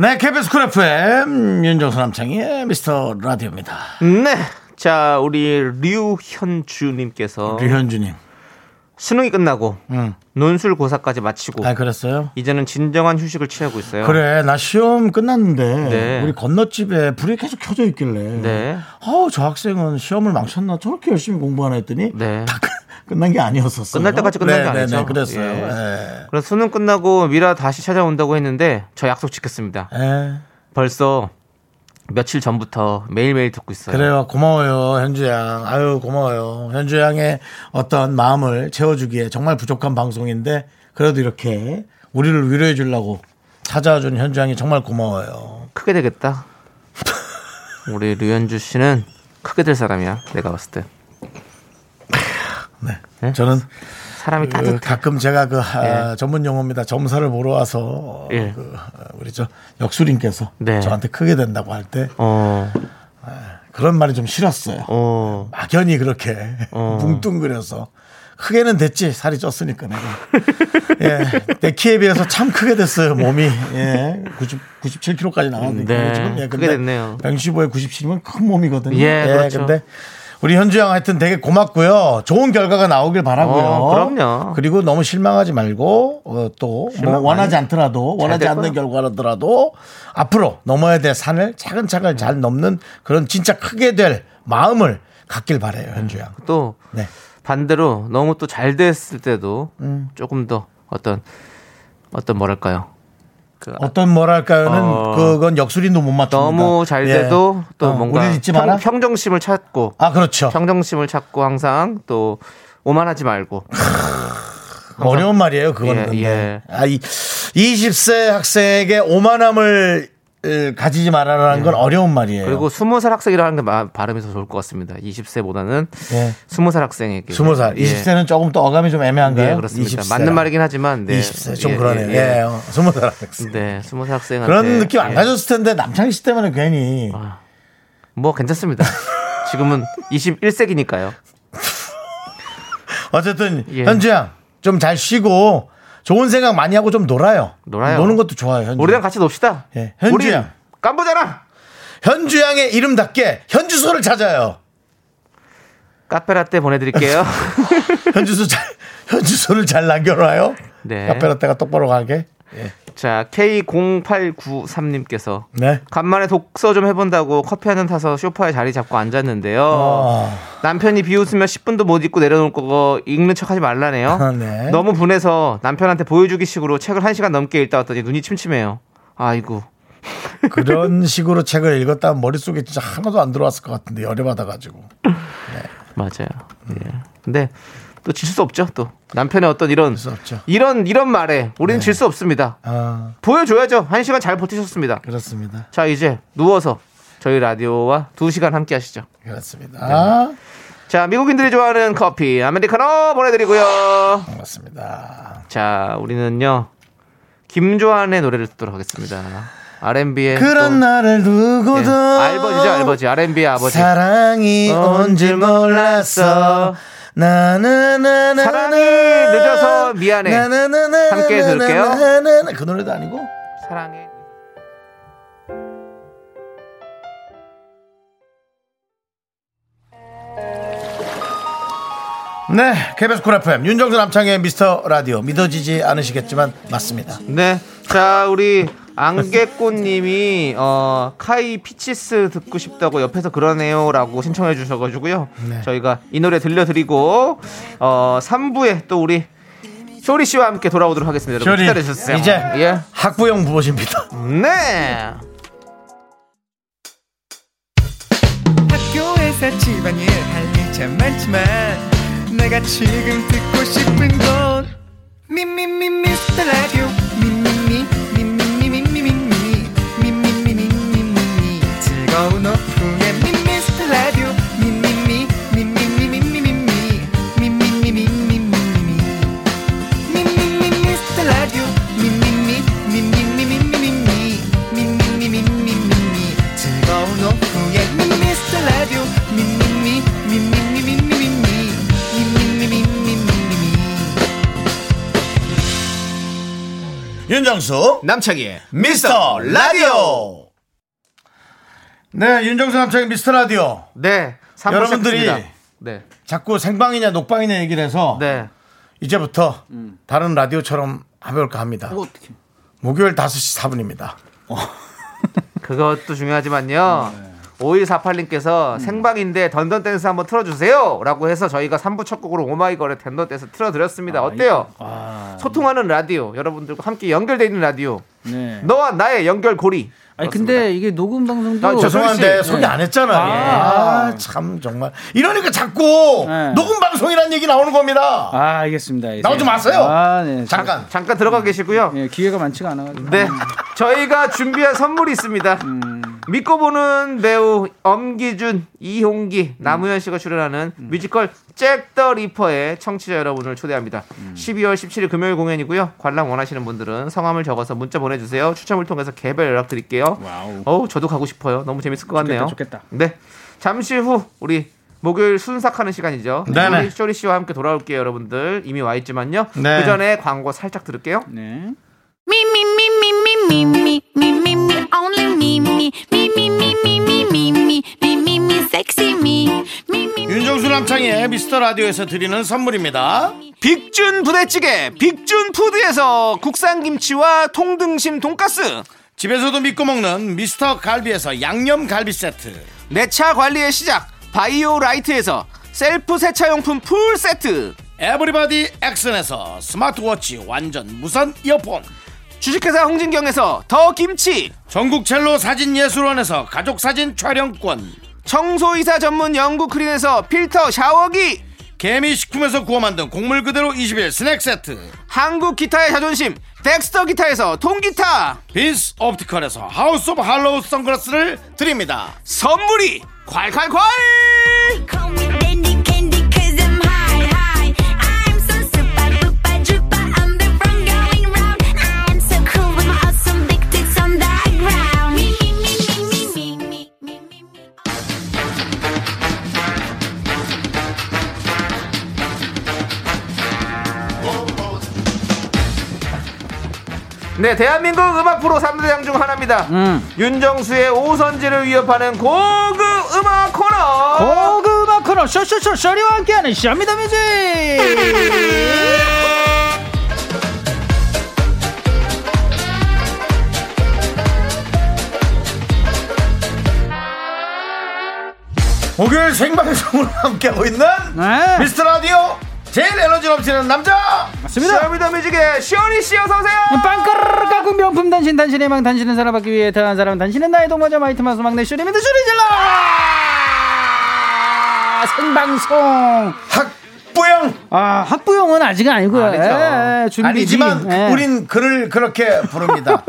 [SPEAKER 1] 네, KBS 쿨 FM 윤정수 남창희의 미스터 라디오입니다.
[SPEAKER 2] 네. 네자 우리 류현주님께서
[SPEAKER 1] 류현주님.
[SPEAKER 2] 수능이 끝나고
[SPEAKER 1] 응.
[SPEAKER 2] 논술 고사까지 마치고
[SPEAKER 1] 아 그랬어요?
[SPEAKER 2] 이제는 진정한 휴식을 취하고 있어요.
[SPEAKER 1] 그래 나 시험 끝났는데
[SPEAKER 2] 네.
[SPEAKER 1] 우리 건너집에 불이 계속 켜져 있길래
[SPEAKER 2] 네.
[SPEAKER 1] 어우 저 학생은 시험을 망쳤나 저렇게 열심히 공부하나 했더니
[SPEAKER 2] 네.
[SPEAKER 1] 다 끝- 끝난 게 아니었었어요
[SPEAKER 2] 끝날 때까지 끝난
[SPEAKER 1] 네,
[SPEAKER 2] 게
[SPEAKER 1] 네,
[SPEAKER 2] 아니죠.
[SPEAKER 1] 네, 그랬어요
[SPEAKER 2] 예. 그래서 수능 끝나고 미라 다시 찾아온다고 했는데 저 약속 지켰습니다.
[SPEAKER 1] 예. 예.
[SPEAKER 2] 벌써 며칠 전부터 매일매일 듣고 있어요.
[SPEAKER 1] 그래요 고마워요 현주 양 아유 고마워요 현주 양의 어떤 마음을 채워주기에 정말 부족한 방송인데 그래도 이렇게 우리를 위로해 주려고 찾아준 현주 양이 정말 고마워요
[SPEAKER 2] 크게 되겠다. 우리 류현주 씨는 크게 될 사람이야. 내가 봤을 때. 네.
[SPEAKER 1] 저는
[SPEAKER 2] 사람이
[SPEAKER 1] 그
[SPEAKER 2] 따뜻해.
[SPEAKER 1] 가끔 제가 그 아, 전문 용어입니다. 점사를 보러 와서 어,
[SPEAKER 2] 예.
[SPEAKER 1] 그, 어, 우리 저 역수님께서
[SPEAKER 2] 네.
[SPEAKER 1] 저한테 크게 된다고 할 때
[SPEAKER 2] 어,
[SPEAKER 1] 그런 말이 좀 싫었어요.
[SPEAKER 2] 어.
[SPEAKER 1] 막연히 그렇게 뭉뚱그려서 크게는 됐지 살이 쪘으니까 내가 예, 내 키에 비해서 참 크게 됐어요 몸이 예, 90 97kg까지 나왔는데
[SPEAKER 2] 네,
[SPEAKER 1] 지금 예,
[SPEAKER 2] 크게 됐네요.
[SPEAKER 1] 115에 97이면 큰 몸이거든요.
[SPEAKER 2] 예, 그렇죠.
[SPEAKER 1] 근데 우리 현주 형 하여튼 되게 고맙고요. 좋은 결과가 나오길 바라고요.
[SPEAKER 2] 어, 그럼요.
[SPEAKER 1] 그리고 너무 실망하지 말고 어, 또뭐 원하지 않더라도 원하지
[SPEAKER 2] 될
[SPEAKER 1] 않는
[SPEAKER 2] 거야.
[SPEAKER 1] 결과라더라도 앞으로 넘어야 될 산을 차근차근 잘 넘는 그런 진짜 크게 될 마음을 갖길 바래요, 현주 양.
[SPEAKER 2] 또
[SPEAKER 1] 네.
[SPEAKER 2] 반대로 너무 또 잘 됐을 때도
[SPEAKER 1] 음.
[SPEAKER 2] 조금 더 어떤 어떤 뭐랄까요 그
[SPEAKER 1] 어떤 뭐랄까요는
[SPEAKER 2] 어.
[SPEAKER 1] 그건 역술인도 못 맞춥니다.
[SPEAKER 2] 너무 잘 돼도
[SPEAKER 1] 예.
[SPEAKER 2] 또
[SPEAKER 1] 어,
[SPEAKER 2] 뭔가
[SPEAKER 1] 우리 잊지 마라.
[SPEAKER 2] 평, 평정심을 찾고
[SPEAKER 1] 아 그렇죠.
[SPEAKER 2] 평정심을 찾고 항상 또 오만하지 말고
[SPEAKER 1] 어려운 말이에요, 그거는.
[SPEAKER 2] 예,
[SPEAKER 1] 근데.
[SPEAKER 2] 예.
[SPEAKER 1] 아, 이 20세 학생에게 오만함을 에, 가지지 말아라는 건 어려운 말이에요.
[SPEAKER 2] 예. 그리고 스무 살 학생이라는 게 마- 발음이 더 좋을 것 같습니다. 20세보다는
[SPEAKER 1] 예.
[SPEAKER 2] 스무 살 학생에게
[SPEAKER 1] 20살,
[SPEAKER 2] 예.
[SPEAKER 1] 20세는 조금 더 어감이 좀 애매한가요?
[SPEAKER 2] 예, 그렇습니다.
[SPEAKER 1] 20세.
[SPEAKER 2] 맞는 말이긴 하지만 네.
[SPEAKER 1] 20세 좀
[SPEAKER 2] 예,
[SPEAKER 1] 그러네요.
[SPEAKER 2] 예,
[SPEAKER 1] 예,
[SPEAKER 2] 예.
[SPEAKER 1] 어, 20살 학생.
[SPEAKER 2] 네, 스무 살 학생한테
[SPEAKER 1] 그런 느낌 안
[SPEAKER 2] 예. 아.
[SPEAKER 1] 가졌을 텐데 남창희 씨 때문에 괜히
[SPEAKER 2] 뭐 괜찮습니다. 지금은 21세기니까요.
[SPEAKER 1] 어쨌든
[SPEAKER 2] 예.
[SPEAKER 1] 현주 양좀 잘 쉬고 좋은 생각 많이 하고 좀 놀아요.
[SPEAKER 2] 놀아요.
[SPEAKER 1] 노는 것도 좋아요. 현주.
[SPEAKER 2] 우리랑 같이 놉시다.
[SPEAKER 1] 예, 현주야.
[SPEAKER 2] 우린 깜보잖아.
[SPEAKER 1] 현주 양의 이름답게 현주소를 찾아요.
[SPEAKER 2] 카페라떼 보내드릴게요.
[SPEAKER 1] 현주소 잘 현주소를 잘 남겨놔요.
[SPEAKER 2] 네.
[SPEAKER 1] 카페라떼가 똑바로 가게.
[SPEAKER 2] 자 K0893님께서
[SPEAKER 1] 네.
[SPEAKER 2] 간만에 독서 좀 해본다고 커피 한 잔 타서 소파에 자리 잡고 앉았는데요. 어.
[SPEAKER 1] 아,
[SPEAKER 2] 남편이 비웃으며 10분도 못 읽고 내려놓을 거고 읽는 척하지 말라네요.
[SPEAKER 1] 아, 네.
[SPEAKER 2] 어? 너무 분해서 남편한테 보여주기식으로 책을 1 시간 넘게 읽다 왔더니 눈이 침침해요. 아이고.
[SPEAKER 1] 그런 식으로 책을 읽었다면 머릿속에 진짜 하나도 안 들어왔을 것 같은데 열에 받아가지고.
[SPEAKER 2] 맞아요. 예. 근데 또 질 수 없죠. 또 남편의 어떤 이런
[SPEAKER 1] 수 없죠. 네.
[SPEAKER 2] 이런 이런 말에 우리는 질 수 없습니다.
[SPEAKER 1] 아
[SPEAKER 2] 보여줘야죠. 한 시간 잘 버티셨습니다.
[SPEAKER 1] 그렇습니다.
[SPEAKER 2] 자 이제 누워서 저희 라디오와 두 시간 함께 하시죠.
[SPEAKER 1] 그렇습니다.
[SPEAKER 2] 네.
[SPEAKER 1] 아,
[SPEAKER 2] 자 미국인들이 좋아하는 커피 아메리카노 보내드리고요.
[SPEAKER 1] 그렇습니다.
[SPEAKER 2] 자 우리는요 김조한의 노래를 듣도록 하겠습니다. R&B의 예,
[SPEAKER 1] 그런 나를 두고도
[SPEAKER 2] 알버지죠 알버지 R&B의 아버지.
[SPEAKER 1] 사랑이 온 줄 몰랐어 나나나나
[SPEAKER 2] 사랑이 늦어서 미안해.
[SPEAKER 1] 나나나나
[SPEAKER 2] 함께 들을게요.
[SPEAKER 1] 나나나나. 그 노래도 아니고
[SPEAKER 2] 사랑해.
[SPEAKER 1] 네, KBS 쿨 FM 윤정수 남창의 미스터 라디오 믿어지지 않으시겠지만 맞습니다.
[SPEAKER 2] 네. 자, 우리 안개꽃님이 어, 카이 피치스 듣고 싶다고 옆에서 그러네요라고 신청해 주셔가지고요.
[SPEAKER 1] 네.
[SPEAKER 2] 저희가 이 노래 들려드리고 어, 3부에 또 우리 쇼리 씨와 함께 돌아오도록 하겠습니다. 여러분 기다려 주세요.
[SPEAKER 1] 이제
[SPEAKER 2] 예.
[SPEAKER 1] 학부형 부모십니다.
[SPEAKER 2] 네.
[SPEAKER 6] 학교에서 집안일 할 일 참 많지만 내가 지금 듣고 싶은 건 미미미 미스터 라디오 미미미 미미미 미미미 미미미 미미미 미미미 즐거운 오후에 미스터 라디오 미미미 미미미 미미미 미미미 미미미 미미미
[SPEAKER 1] 윤정수
[SPEAKER 2] 남창희의
[SPEAKER 1] 미스터 라디오. 네, 윤정수 남창의 미스터 라디오.
[SPEAKER 2] 네. 3부
[SPEAKER 1] 여러분들이
[SPEAKER 2] 시작했습니다. 네.
[SPEAKER 1] 자꾸 생방이냐 녹방이냐 얘기를 해서
[SPEAKER 2] 네.
[SPEAKER 1] 이제부터
[SPEAKER 7] 음.
[SPEAKER 1] 다른 라디오처럼 해볼까 합니다. 목요일 5시 4분입니다.
[SPEAKER 2] 그것도 중요하지만요.
[SPEAKER 7] 네.
[SPEAKER 2] 5148님께서
[SPEAKER 7] 음.
[SPEAKER 2] 생방인데 던던댄스 한번 틀어주세요 라고 해서 저희가 3부 첫 곡으로 오마이걸의 던던댄스
[SPEAKER 7] 아,
[SPEAKER 2] 틀어드렸습니다 어때요? 소통하는 라디오 여러분들과 함께 연결돼 있는 라디오
[SPEAKER 7] 네.
[SPEAKER 2] 너와 나의 연결고리
[SPEAKER 7] 아니 근데 이게 녹음 방송도
[SPEAKER 2] 아,
[SPEAKER 1] 죄송한데
[SPEAKER 7] 솔직히-
[SPEAKER 1] 소개
[SPEAKER 7] 네.
[SPEAKER 1] 안 했잖아요. 아, 참 정말 이러니까 자꾸
[SPEAKER 7] 네.
[SPEAKER 1] 녹음 방송이라는 얘기 나오는 겁니다.
[SPEAKER 7] 아, 알겠습니다. 알겠습니다.
[SPEAKER 1] 나오지 마세요.
[SPEAKER 7] 아, 네.
[SPEAKER 1] 잠깐.
[SPEAKER 2] 잠깐 들어가 계시고요
[SPEAKER 7] 예, 기회가 많지가 않아 가지고.
[SPEAKER 2] 네 저희가 준비한 선물이 있습니다 믿고 보는 배우 엄기준, 이홍기, 남우현 씨가 출연하는 뮤지컬 잭더 리퍼의 청취자 여러분을 초대합니다. 12월 17일 금요일 공연이고요. 관람 원하시는 분들은 성함을 적어서 문자 보내주세요. 추첨을 통해서 개별 연락 드릴게요.
[SPEAKER 7] 와우.
[SPEAKER 2] 어우 저도 가고 싶어요. 너무 재밌을 것 같네요.
[SPEAKER 7] 좋겠다, 좋겠다.
[SPEAKER 2] 네, 잠시 후 우리 목요일 순삭하는 시간이죠.
[SPEAKER 1] 네네.
[SPEAKER 2] 우리 쇼리 씨와 함께 돌아올게요, 여러분들. 이미 와 있지만요.
[SPEAKER 1] 네.
[SPEAKER 2] 그 전에 광고 살짝 들을게요.
[SPEAKER 7] 네.
[SPEAKER 3] Me, me, me, me, me, me, me, me, me, me, only me, me, me, me, me, me, me, me, me, me, me, me, sexy me, me, me, me.
[SPEAKER 1] 윤정수 남창의 미스터 라디오에서 드리는 선물입니다.
[SPEAKER 2] 빅준 부대찌개 빅준 푸드에서 국산 김치와 통등심 돈가스
[SPEAKER 1] 집에서도 믿고 먹는 미스터 갈비에서 양념 갈비 세트.
[SPEAKER 2] 내 차 관리의 시작 바이오 라이트에서 셀프 세차용품 풀 세트
[SPEAKER 1] 에브리바디 액션에서 스마트워치 완전 무선 이어폰.
[SPEAKER 2] 주식회사 홍진경에서 더 김치
[SPEAKER 1] 전국 첼로 사진 예술원에서 가족 사진 촬영권.
[SPEAKER 2] 청소이사 전문 영구 크린에서 필터 샤워기
[SPEAKER 1] 개미 식품에서 구워 만든 곡물 그대로 20일 스낵 세트.
[SPEAKER 2] 한국 기타의 자존심 덱스터 기타에서 통기타
[SPEAKER 1] 빈스 옵티컬에서 하우스 오브 할로우 선글라스를 드립니다.
[SPEAKER 2] 선물이 콸콸콸
[SPEAKER 3] Call me dandy candy 'cause I'm high, high. I'm so super duper duper. I'm the one going round. I'm so cool with my awesome big tits on the ground. Me, me, me, me, me, me, me, me, me, me.
[SPEAKER 2] 네 대한민국 음악 프로 3대장 중 하나입니다
[SPEAKER 7] 음.
[SPEAKER 2] 윤정수의 오선지를 위협하는 고급 음악 코너
[SPEAKER 7] 고급 마크로 쇼쇼쇼 쇼리와 함께하는 쇼미더뮤직.
[SPEAKER 1] 목요일 생방송으로 함께하고 있는
[SPEAKER 7] 네.
[SPEAKER 1] 미스터 라디오 제일 에너지 넘치는 남자.
[SPEAKER 7] 맞습니다. 음,
[SPEAKER 2] 쇼미더뮤직의 쇼리 씨 어서 오세요.
[SPEAKER 7] 빵가르르 가구 명품 단신 단신의 망 단신은 살아받기 위해 태어난 사람 단신은 나의 동반자 마이트 마스 막내 쇼리입니다 쇼리 질러 생방송
[SPEAKER 1] 학부형
[SPEAKER 7] 아 학부용은 아직 아니고요
[SPEAKER 2] 아니죠.
[SPEAKER 7] 예, 준비
[SPEAKER 1] 아니지만
[SPEAKER 7] 중인, 예.
[SPEAKER 1] 우린 그를 그렇게 부릅니다.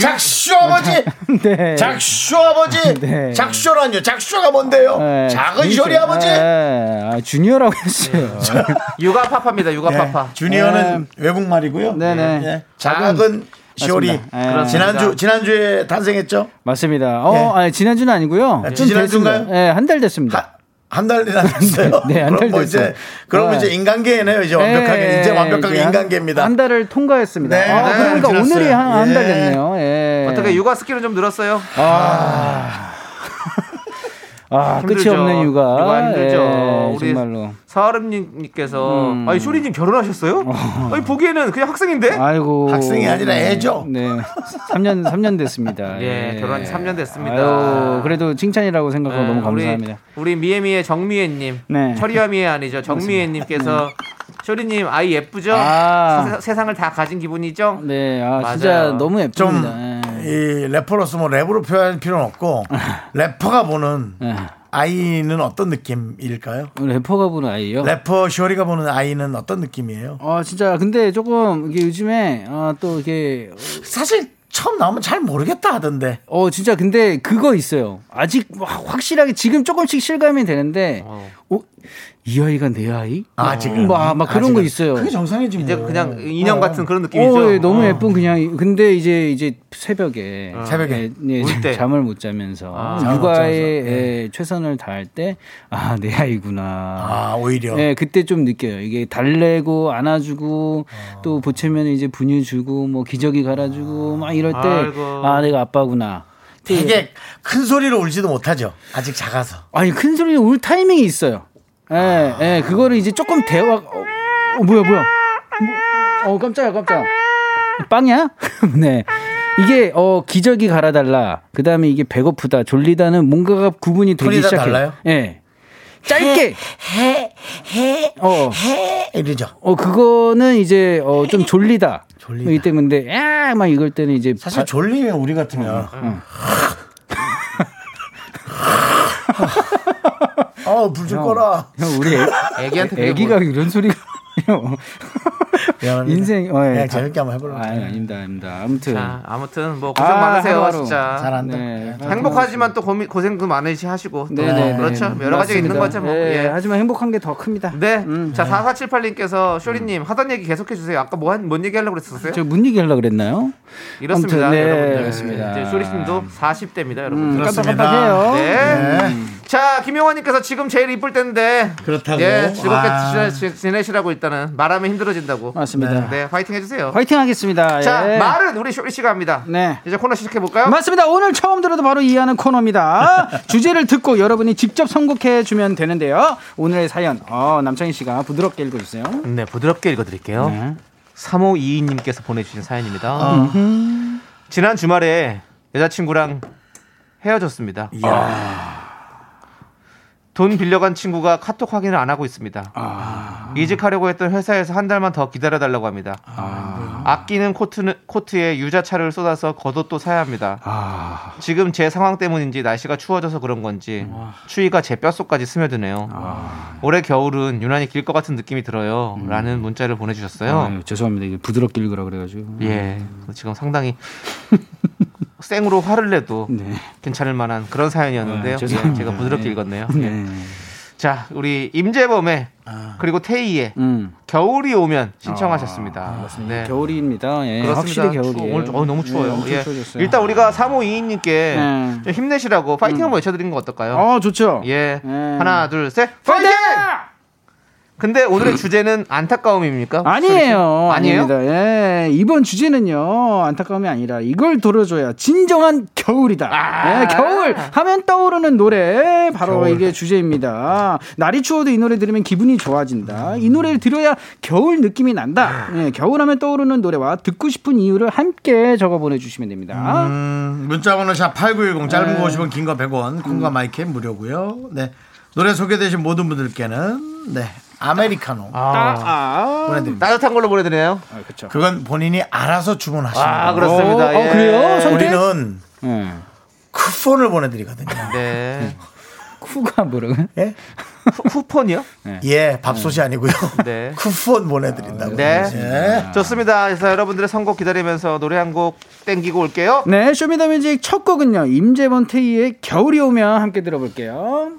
[SPEAKER 1] 작쇼 아버지,
[SPEAKER 7] 네.
[SPEAKER 1] 작쇼 아버지,
[SPEAKER 7] 네.
[SPEAKER 1] 작쇼라뇨. 작쇼가 뭔데요?
[SPEAKER 7] 예,
[SPEAKER 1] 작은
[SPEAKER 7] 준이
[SPEAKER 1] 쇼리
[SPEAKER 7] 씨.
[SPEAKER 1] 아버지.
[SPEAKER 7] 예, 아, 주니어라고 했어요
[SPEAKER 2] 육아 파파입니다. 육아
[SPEAKER 1] 예,
[SPEAKER 2] 파파.
[SPEAKER 1] 주니어는 외국 말이고요.
[SPEAKER 7] 네. 네네.
[SPEAKER 1] 예, 작은 쇼리.
[SPEAKER 7] 맞습니다. 예.
[SPEAKER 1] 지난주 지난주에 탄생했죠.
[SPEAKER 7] 맞습니다 어
[SPEAKER 1] 예.
[SPEAKER 7] 아니, 지난주는 아니고요
[SPEAKER 1] 지난주인가요?
[SPEAKER 7] 예한 달 됐습니다
[SPEAKER 1] 하- 한 달이나 됐어요.
[SPEAKER 7] 네, 한달
[SPEAKER 1] 그럼 뭐
[SPEAKER 7] 됐어요.
[SPEAKER 1] 이제 그럼
[SPEAKER 7] 네.
[SPEAKER 1] 이제 인간계네요. 이제 완벽하게
[SPEAKER 7] 예,
[SPEAKER 1] 이제 완벽하게
[SPEAKER 7] 이제 한-
[SPEAKER 1] 인간계입니다.
[SPEAKER 7] 한 달을 통과했습니다.
[SPEAKER 1] 네,
[SPEAKER 7] 아,
[SPEAKER 1] 네,
[SPEAKER 7] 그러니까
[SPEAKER 1] 지났어요.
[SPEAKER 7] 오늘이 한 한 달
[SPEAKER 1] 예.
[SPEAKER 7] 됐네요. 예.
[SPEAKER 2] 어떻게 육아 스킬은 좀 늘었어요?
[SPEAKER 7] 아, 끝이
[SPEAKER 2] 힘들죠.
[SPEAKER 7] 없는 육아.
[SPEAKER 2] 힘들죠.
[SPEAKER 7] 예,
[SPEAKER 2] 우리
[SPEAKER 7] 정말로.
[SPEAKER 2] 사하름님께서
[SPEAKER 7] 음.
[SPEAKER 2] 아니 쇼리님 결혼하셨어요? 아니 보기에는 그냥 학생인데.
[SPEAKER 7] 아이고.
[SPEAKER 1] 학생이 아니라 애죠.
[SPEAKER 7] 네. 3년 3년 됐습니다. 네.
[SPEAKER 2] 예, 결혼한 지 3년 됐습니다.
[SPEAKER 7] 아유, 그래도 칭찬이라고 생각하고
[SPEAKER 2] 네,
[SPEAKER 7] 너무 감사합니다.
[SPEAKER 2] 우리, 우리 미애미의 정미애님,
[SPEAKER 7] 네. 음.
[SPEAKER 2] 철이와미애 아니죠? 정미애님께서 쇼리님 아이 예쁘죠?
[SPEAKER 7] 아.
[SPEAKER 2] 세- 세상을 다 가진 기분이죠?
[SPEAKER 7] 네. 아,
[SPEAKER 2] 맞아요.
[SPEAKER 7] 진짜 너무 예쁩니다.
[SPEAKER 1] 좀
[SPEAKER 7] 예.
[SPEAKER 1] 이 래퍼로서 뭐 랩으로 표현할 필요는 없고
[SPEAKER 7] 아.
[SPEAKER 1] 래퍼가 보는
[SPEAKER 7] 예.
[SPEAKER 1] 아이는 어떤 느낌일까요?
[SPEAKER 7] 우리 래퍼가 부른 아이요.
[SPEAKER 1] 래퍼 쇼리가 보는 아이는 어떤 느낌이에요?
[SPEAKER 7] 어 진짜 근데 조금 이게 요즘에 아, 또 이게
[SPEAKER 1] 사실 처음 나오면 잘 모르겠다 하던데.
[SPEAKER 7] 어 진짜 근데 그거 있어요. 아직 확- 확실하게 지금 조금씩 실감이 되는데 어, 이 아이가 내 뭐, 아이?
[SPEAKER 1] 아, 지금.
[SPEAKER 7] 막, 막 그런 거
[SPEAKER 1] 아직은.
[SPEAKER 7] 있어요.
[SPEAKER 1] 그게 정상이지 뭐.
[SPEAKER 2] 이제 그냥 인형 같은 그런 느낌이죠?
[SPEAKER 7] 어.
[SPEAKER 2] 어.
[SPEAKER 7] 오, 예, 너무 예쁜 그냥 근데 이제 이제 새벽에
[SPEAKER 1] 새벽에.
[SPEAKER 7] 예, 예,
[SPEAKER 2] 울 때.
[SPEAKER 7] 잠을 못 자면서
[SPEAKER 1] 잠을 못
[SPEAKER 7] 육아에
[SPEAKER 1] 자면서. 예.
[SPEAKER 7] 예, 최선을 다할 때 아 내 아이구나.
[SPEAKER 1] 아, 오히려.
[SPEAKER 7] 예, 그때 좀 느껴요. 이게 달래고 안아주고 또 보채면 이제 분유 주고 뭐 기저귀 갈아주고 막 이럴 때
[SPEAKER 2] 아이고.
[SPEAKER 7] 아 내가 아빠구나.
[SPEAKER 1] 되게 큰 소리로 울지도 못하죠. 아직 작아서.
[SPEAKER 7] 아니 큰 소리로 울 타이밍이 있어요. 예, 예, 그거를 이제 조금 대화. 어, 어, 뭐야, 뭐야? 뭐, 어, 깜짝이야, 깜짝. 빵이야? 네. 이게 어 기저귀 갈아달라. 그 다음에 이게 배고프다, 졸리다는 뭔가가 구분이 되기
[SPEAKER 1] 톤이 다
[SPEAKER 7] 시작해.
[SPEAKER 1] 달라요?
[SPEAKER 7] 예. 짧게.
[SPEAKER 1] 해, 해,
[SPEAKER 7] 어.
[SPEAKER 1] 해. 이러죠.
[SPEAKER 7] 어 그거는 이제 어 좀 졸리다.
[SPEAKER 1] 졸리다.
[SPEAKER 7] 이 때문에 아, 야막 이럴 때는 이제
[SPEAKER 1] 사실 졸리면 우리 같으면. 어, 불좀 꺼라.
[SPEAKER 7] 형 우리 애,
[SPEAKER 2] 애기한테 그게
[SPEAKER 7] 애기가
[SPEAKER 2] 뭐-
[SPEAKER 7] 이런 소리가
[SPEAKER 1] 미안합니다.
[SPEAKER 7] 인생 어, 예.
[SPEAKER 1] 그냥 네, 재밌게 한번 해보려고.
[SPEAKER 7] 아, 아닙니다, 아닙니다. 아무튼
[SPEAKER 2] 자, 아무튼 뭐 고생
[SPEAKER 7] 아,
[SPEAKER 2] 많으세요,
[SPEAKER 7] 하루하루.
[SPEAKER 2] 진짜.
[SPEAKER 1] 잘한다.
[SPEAKER 7] 네.
[SPEAKER 2] 행복하지만 또 고민, 고생도 많으시 하시고. 또 그렇죠. 여러 가지가 있는 거죠, 뭐.
[SPEAKER 7] 네,
[SPEAKER 2] 예.
[SPEAKER 7] 하지만 음, 행복한 게 더 큽니다.
[SPEAKER 2] 네. 자, 4478님께서 쇼리님 하던 얘기 계속해 주세요. 아까 뭐 한, 뭔 얘기 하려고 그랬었어요?
[SPEAKER 7] 음. 저문 얘기하려고 그랬나요?
[SPEAKER 2] 이렇습니다.
[SPEAKER 7] 아무튼, 네,
[SPEAKER 2] 여러분들.
[SPEAKER 7] 그렇습니다. 음,
[SPEAKER 2] 이제 쇼리님도 40대입니다, 여러분. 들
[SPEAKER 1] 그렇습니다.
[SPEAKER 7] 깜빡깜빡해요.
[SPEAKER 2] 네.
[SPEAKER 1] 네.
[SPEAKER 2] 자, 김용환님께서 지금 제일 이쁠 때인데.
[SPEAKER 1] 그렇다고?
[SPEAKER 2] 예, 즐겁게
[SPEAKER 1] 아.
[SPEAKER 2] 지내, 지내시라고 일단은 말하면 힘들어진다고.
[SPEAKER 7] 맞습니다.
[SPEAKER 2] 네, 화이팅 해주세요.
[SPEAKER 7] 화이팅 하겠습니다.
[SPEAKER 2] 자, 어.
[SPEAKER 7] 예.
[SPEAKER 2] 말은 우리 쇼리 씨가 합니다.
[SPEAKER 7] 네.
[SPEAKER 2] 이제 코너 시작해볼까요?
[SPEAKER 7] 맞습니다. 오늘 처음 들어도 바로 이해하는 코너입니다. 주제를 듣고 여러분이 직접 선곡해 주면 되는데요. 오늘의 사연, 어, 남창희 씨가 부드럽게 읽어주세요.
[SPEAKER 2] 네, 부드럽게 읽어드릴게요.
[SPEAKER 7] 네.
[SPEAKER 2] 3522님께서 보내주신 사연입니다. 지난 주말에 여자친구랑 헤어졌습니다. 돈 빌려간 친구가 카톡 확인을 안 하고 있습니다. 이직하려고 했던 회사에서 한 달만 더 기다려달라고 합니다. 아. 끼는 코트는, 코트에 유자차를 쏟아서 겉옷도 사야 합니다.
[SPEAKER 7] 아.
[SPEAKER 2] 지금 제 상황 때문인지 날씨가 추워져서 그런 건지 추위가 제 뼛속까지 스며드네요. 올해 겨울은 유난히 길 것 같은 느낌이 들어요. 라는 문자를 보내주셨어요.
[SPEAKER 7] 음. 아유, 네. 음. 죄송합니다. 이게 부드럽게 읽으라 그래가지고.
[SPEAKER 2] 예. 지금 상당히 생으로 화를 내도
[SPEAKER 7] 네.
[SPEAKER 2] 괜찮을 만한 그런 사연이었는데요.
[SPEAKER 7] 아, 죄송합니다.
[SPEAKER 2] 예, 제가 부드럽게 읽었네요. 예.
[SPEAKER 7] 네. 아.
[SPEAKER 2] 자, 우리 임재범의 그리고 태희의
[SPEAKER 7] 음.
[SPEAKER 2] 겨울이 오면 신청하셨습니다. 네.
[SPEAKER 7] 아, 겨울입니다. 예, 확실히 겨울이에요.
[SPEAKER 2] 오늘 어, 너무
[SPEAKER 7] 네,
[SPEAKER 2] 추워요.
[SPEAKER 7] 엄청
[SPEAKER 2] 예.
[SPEAKER 7] 추워졌어요.
[SPEAKER 2] 일단 우리가 3호2인님께
[SPEAKER 7] 네.
[SPEAKER 2] 좀 힘내시라고 파이팅 한번 외쳐드린 거 어떨까요?
[SPEAKER 7] 어, 좋죠.
[SPEAKER 2] 예.
[SPEAKER 7] 네.
[SPEAKER 2] 하나, 둘, 셋.
[SPEAKER 7] 파이팅!
[SPEAKER 2] 근데 오늘의 주제는 안타까움입니까?
[SPEAKER 7] 아니에요.
[SPEAKER 2] 어, 아니에요?
[SPEAKER 7] 아닙니다. 예. 이번 주제는요. 안타까움이 아니라 이걸 돌려줘야 진정한 겨울이다. 예, 겨울 하면 떠오르는 노래 바로 이게 주제입니다. 날이 추워도 이 노래 들으면 기분이 좋아진다. 이 노래를 들어야 겨울 느낌이 난다. 예, 겨울 하면 떠오르는 노래와 듣고 싶은 이유를 함께 적어 보내 주시면 됩니다.
[SPEAKER 1] 음, 문자번호 샵8910 짧은 거
[SPEAKER 7] 네.
[SPEAKER 1] 50원 긴 거 100원
[SPEAKER 7] 음.
[SPEAKER 1] 콩과 마이크 무료고요 네 노래 소개되신 모든 분들께는 네 아메리카노
[SPEAKER 7] 아.
[SPEAKER 1] 보내드립니다
[SPEAKER 2] 음. 따뜻한 걸로 보내드려요.
[SPEAKER 7] 아, 그렇죠.
[SPEAKER 1] 그건 본인이 알아서 주문하시는
[SPEAKER 2] 아,
[SPEAKER 1] 거예요
[SPEAKER 2] 그렇습니다.
[SPEAKER 7] 어,
[SPEAKER 2] 예.
[SPEAKER 7] 어, 그래요? 선택?
[SPEAKER 1] 우리는
[SPEAKER 7] 예.
[SPEAKER 1] 쿠폰을 보내드리거든요
[SPEAKER 7] 그-
[SPEAKER 2] 네.
[SPEAKER 7] 쿠가 뭐라고요?
[SPEAKER 1] 예,
[SPEAKER 2] 쿠- 쿠폰이요?
[SPEAKER 1] 예
[SPEAKER 7] 음.
[SPEAKER 1] 밥솥이 아니고요
[SPEAKER 2] 네.
[SPEAKER 1] 쿠폰 보내드린다고
[SPEAKER 2] 네.
[SPEAKER 7] 아.
[SPEAKER 1] 예.
[SPEAKER 2] 좋습니다. 그래서 여러분들의 선곡 기다리면서 노래 한 곡 땡기고 올게요.
[SPEAKER 7] 네, 쇼미더뮤직 첫 곡은요. 임재범 태희의 겨울이 오면 함께 들어볼게요.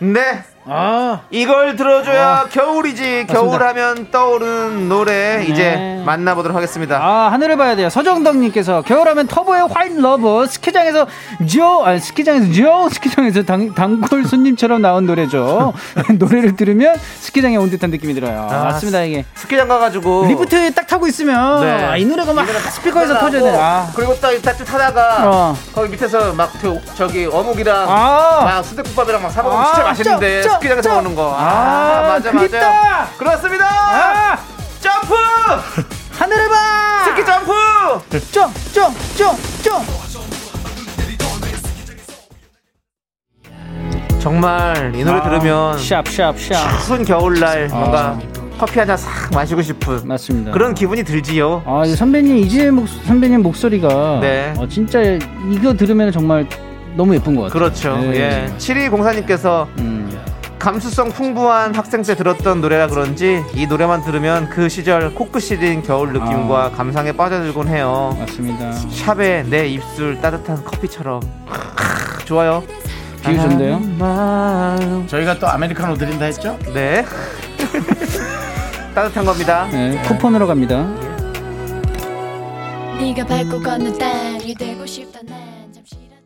[SPEAKER 2] 네.
[SPEAKER 7] 아,
[SPEAKER 2] 이걸 들어줘야 겨울이지 겨울하면 떠오르는 노래 이제 만나보도록 하겠습니다.
[SPEAKER 7] 네. 아, 하늘을 봐야 돼요. 서정덕님께서 겨울하면 터보의 화이트 러브 스키장에서 저 아니, 스키장에서 저 스키장에서 당, 단골 손님처럼 나온 노래죠. 노래를 들으면 스키장에 온 듯한 느낌이 들어요.
[SPEAKER 2] 아,
[SPEAKER 7] 맞습니다 이게.
[SPEAKER 2] 스키장 가가지고
[SPEAKER 7] 리프트 딱 타고 있으면
[SPEAKER 2] 어. 네.
[SPEAKER 7] 아, 이 노래가 막 스피커에서 터져야 돼. 아.
[SPEAKER 2] 뭐 그리고 또 이따 쭉 타다가
[SPEAKER 7] 어.
[SPEAKER 2] 거기 밑에서 막 저, 저기 어묵이랑
[SPEAKER 7] 아.
[SPEAKER 2] 막 수제국밥이랑 막 사먹으면
[SPEAKER 7] 아,
[SPEAKER 2] 진짜
[SPEAKER 7] 쩝,
[SPEAKER 2] 맛있는데
[SPEAKER 7] 쩝,
[SPEAKER 2] 스키장에서
[SPEAKER 7] 쩝.
[SPEAKER 2] 먹는 거. 아,
[SPEAKER 7] 아,
[SPEAKER 2] 맞아
[SPEAKER 7] 그립다.
[SPEAKER 2] 맞아. 그렇습니다.
[SPEAKER 7] 아,
[SPEAKER 2] 점프
[SPEAKER 7] 하늘을 봐.
[SPEAKER 2] 스키 점프.
[SPEAKER 7] 쫑쫑쫑쫑
[SPEAKER 2] 정말 이
[SPEAKER 7] 아.
[SPEAKER 2] 노래 들으면
[SPEAKER 7] 샵샵샵
[SPEAKER 2] 추운 겨울날
[SPEAKER 7] 아.
[SPEAKER 2] 뭔가 커피 한 잔 싹 마시고 싶은
[SPEAKER 7] 맞습니다.
[SPEAKER 2] 그런 기분이 들지요.
[SPEAKER 7] 아, 이 선배님 이제 목, 선배님 목소리가
[SPEAKER 2] 네.
[SPEAKER 7] 어, 진짜 이거 들으면 정말 너무 예쁜 것 같아요.
[SPEAKER 2] 그렇죠.
[SPEAKER 7] 네.
[SPEAKER 2] 예. 7204님께서
[SPEAKER 7] 음.
[SPEAKER 2] 감수성 풍부한 학생 때 들었던 노래라 그런지 이 노래만 들으면 그 시절 코끝 시린 겨울 느낌과
[SPEAKER 7] 아.
[SPEAKER 2] 감상에 빠져들곤 해요.
[SPEAKER 7] 맞습니다.
[SPEAKER 2] 샵에 내 입술 따뜻한 커피처럼 크으, 좋아요.
[SPEAKER 7] 비유 좋은데요?
[SPEAKER 2] 마음.
[SPEAKER 1] 저희가 또 아메리카노 드린다 했죠?
[SPEAKER 2] 네. 따뜻한 겁니다.
[SPEAKER 7] 네, 쿠폰으로 갑니다.
[SPEAKER 3] 네가 밟고 걷는 땅이 되고 싶다 난 잠시라도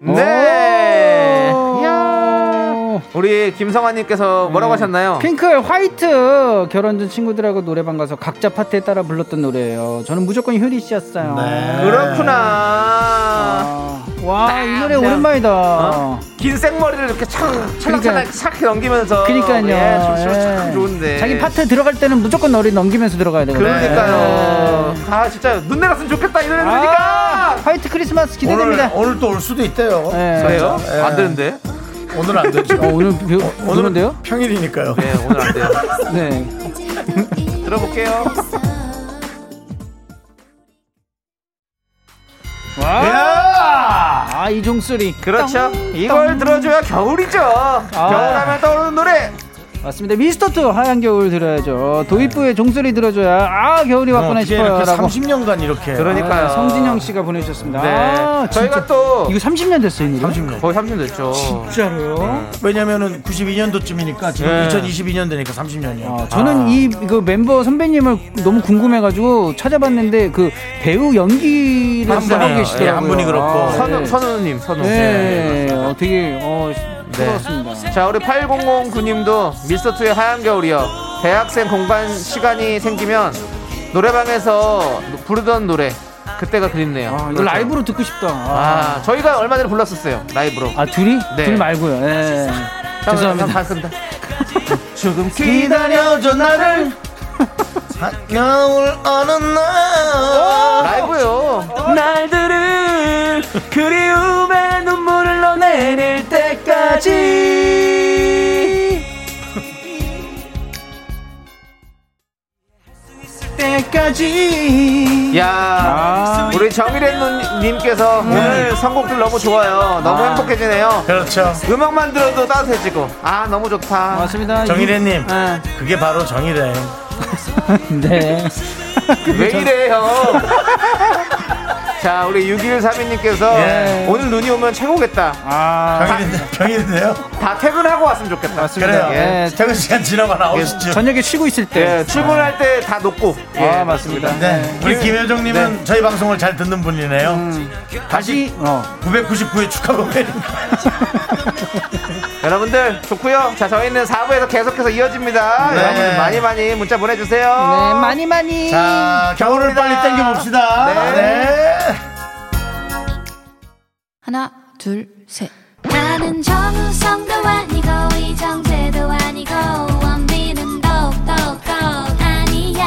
[SPEAKER 3] 내 입-
[SPEAKER 2] 네.
[SPEAKER 7] 오.
[SPEAKER 2] 이야. 우리 김성환님께서
[SPEAKER 7] 네.
[SPEAKER 2] 뭐라고 하셨나요?
[SPEAKER 7] 어. 핑클 화이트 결혼 전 친구들하고 노래방 가서 각자 파트에 따라 불렀던 노래예요. 저는 무조건 효리 씨였어요.
[SPEAKER 1] 네.
[SPEAKER 2] 네.
[SPEAKER 7] 아.
[SPEAKER 2] 그렇구나.
[SPEAKER 7] 와 이 노래
[SPEAKER 2] 그냥-
[SPEAKER 7] 오랜만이다.
[SPEAKER 2] 네. 어? 긴 생머리를 이렇게 촥 찰랑찰랑 착 넘기면서
[SPEAKER 7] 그러니까. 그러니까요.
[SPEAKER 2] 예, 춤추면 참
[SPEAKER 7] 예.
[SPEAKER 2] 좋은데
[SPEAKER 7] 자기 파트 들어갈 때는 무조건 너리 넘기면서 들어가야 되거든요. 네.
[SPEAKER 2] 그러니까요. 아 진짜 눈 내렸으면 좋겠다 이 노래
[SPEAKER 7] 아,
[SPEAKER 2] 들으니까.
[SPEAKER 7] 화이트 크리스마스
[SPEAKER 1] 오늘,
[SPEAKER 7] 기대됩니다.
[SPEAKER 1] 오늘 또 올 수도 있대요.
[SPEAKER 7] 예.
[SPEAKER 2] 그래요?
[SPEAKER 1] 예.
[SPEAKER 2] 안 되는데?
[SPEAKER 1] 오늘 안 되죠.
[SPEAKER 7] 어, 오늘 비,
[SPEAKER 1] 오늘은
[SPEAKER 7] 오는데요?
[SPEAKER 1] 평일이니까요.
[SPEAKER 2] 네 오늘 안 돼요.
[SPEAKER 7] 네.
[SPEAKER 2] 들어볼게요.
[SPEAKER 7] 아 이종 소리.
[SPEAKER 2] 그렇죠. 이걸 들어줘야 겨울이죠.
[SPEAKER 7] 아.
[SPEAKER 2] 겨울하면 떠오르는 노래.
[SPEAKER 7] 맞습니다. 미스터트 하얀 겨울 들어야죠. 도입부의 종소리 들어줘야 아 겨울이 왔구나
[SPEAKER 1] 이게
[SPEAKER 7] 싶어요라고.
[SPEAKER 1] 이렇게 30년간 이렇게.
[SPEAKER 2] 그러니까요.
[SPEAKER 7] 아, 성진영 씨가 보내주셨습니다.
[SPEAKER 2] 네.
[SPEAKER 7] 아,
[SPEAKER 2] 저희가
[SPEAKER 7] 진짜.
[SPEAKER 2] 또
[SPEAKER 7] 이거 30년 됐어요, 이 노래.
[SPEAKER 1] 30년.
[SPEAKER 2] 거의 30 됐죠.
[SPEAKER 7] 진짜로요?
[SPEAKER 1] 왜냐면은 92년도쯤이니까 아, 지금
[SPEAKER 2] 예.
[SPEAKER 1] 2022년 되니까 30년이요.
[SPEAKER 7] 아, 저는 이 그 멤버 선배님을 너무 궁금해가지고 찾아봤는데 그 배우 연기를
[SPEAKER 1] 한
[SPEAKER 7] 하고
[SPEAKER 1] 분이요.
[SPEAKER 7] 계시더라고요.
[SPEAKER 1] 예, 한 분이 그렇고.
[SPEAKER 7] 아,
[SPEAKER 2] 선우
[SPEAKER 7] 네.
[SPEAKER 2] 선우님 선우.
[SPEAKER 7] 네, 어, 되게 어, 부러웠습니다.
[SPEAKER 2] 예. 자 우리 8009님도 미스터트의 하얀 겨울이요 대학생 공간 시간이 생기면 노래방에서 부르던 노래 그때가 그립네요
[SPEAKER 7] 아, 이거
[SPEAKER 2] 그렇죠.
[SPEAKER 7] 라이브로 듣고 싶다. 아,
[SPEAKER 2] 아 저희가 얼마 전에 불렀었어요 라이브로
[SPEAKER 7] 아, 둘이?
[SPEAKER 2] 네.
[SPEAKER 7] 둘 말고요. 예. 죄송합니다.
[SPEAKER 2] 반갑습니다 조금 기다려줘 나를
[SPEAKER 1] 겨울 어느 날.
[SPEAKER 2] 어? 라이브요
[SPEAKER 7] 어. 날들을 그리움의 눈물을 넣어내릴 때까지 때까지
[SPEAKER 2] 야
[SPEAKER 7] 아. 네.
[SPEAKER 2] 우리 정일의 눈- 님께서 오늘 선곡들 너무 좋아요 너무
[SPEAKER 7] 아.
[SPEAKER 2] 행복해지네요
[SPEAKER 1] 그렇죠.
[SPEAKER 2] 음악만 들어도 따뜻해지고 아 너무 좋다
[SPEAKER 7] 맞습니다
[SPEAKER 1] 정일혜님,
[SPEAKER 7] 아,
[SPEAKER 1] 그게 바로 정일혜.
[SPEAKER 7] 네
[SPEAKER 2] 왜 이래요? 자, 우리 6132님께서
[SPEAKER 1] 예.
[SPEAKER 2] 오늘 눈이 오면 최고겠다.
[SPEAKER 7] 아,
[SPEAKER 1] 정일혜, 정일혜요?
[SPEAKER 2] 다 퇴근하고 왔으면 좋겠다.
[SPEAKER 1] 그래요.
[SPEAKER 7] 맞습니다 예.
[SPEAKER 1] 아, 퇴근 시간 지나면 9시쯤.
[SPEAKER 7] 저녁에 쉬고 있을 때
[SPEAKER 2] 예, 출근할 때 다 녹고. 예,
[SPEAKER 7] 아, 맞습니다.
[SPEAKER 1] 네. 음. 우리 김효정님은 저희 방송을 잘 듣는 분이네요. 다시
[SPEAKER 7] 어.
[SPEAKER 1] 999회 축하 고백입니다.
[SPEAKER 2] 여러분들 좋고요. 자, 저희는 4부에서 계속해서 이어집니다.
[SPEAKER 1] 네.
[SPEAKER 2] 여러분 많이 많이 문자 보내주세요.
[SPEAKER 7] 네 많이 많이
[SPEAKER 1] 자, 겨울을 빨리 땡겨봅시다.
[SPEAKER 2] 네.
[SPEAKER 1] 네.
[SPEAKER 8] 하나, 둘, 셋.
[SPEAKER 3] 나는 정우성도 아니고 이정재도 아니고 원빈은 더욱더 아니야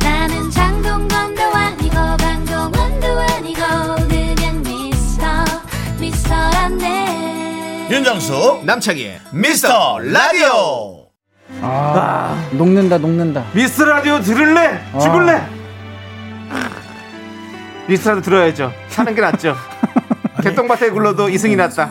[SPEAKER 3] 나는 장동건도 아니고 강동원도 아니고 그냥 미스터 미스터란데
[SPEAKER 1] 윤정수, 남창희, 미스터 라디오.
[SPEAKER 7] 녹는다 녹는다
[SPEAKER 2] 미스 라디오 들을래? 죽을래? 미스 라디오 들어야죠. 사는 게 낫죠. 개똥밭에 굴러도 이승이 낫다.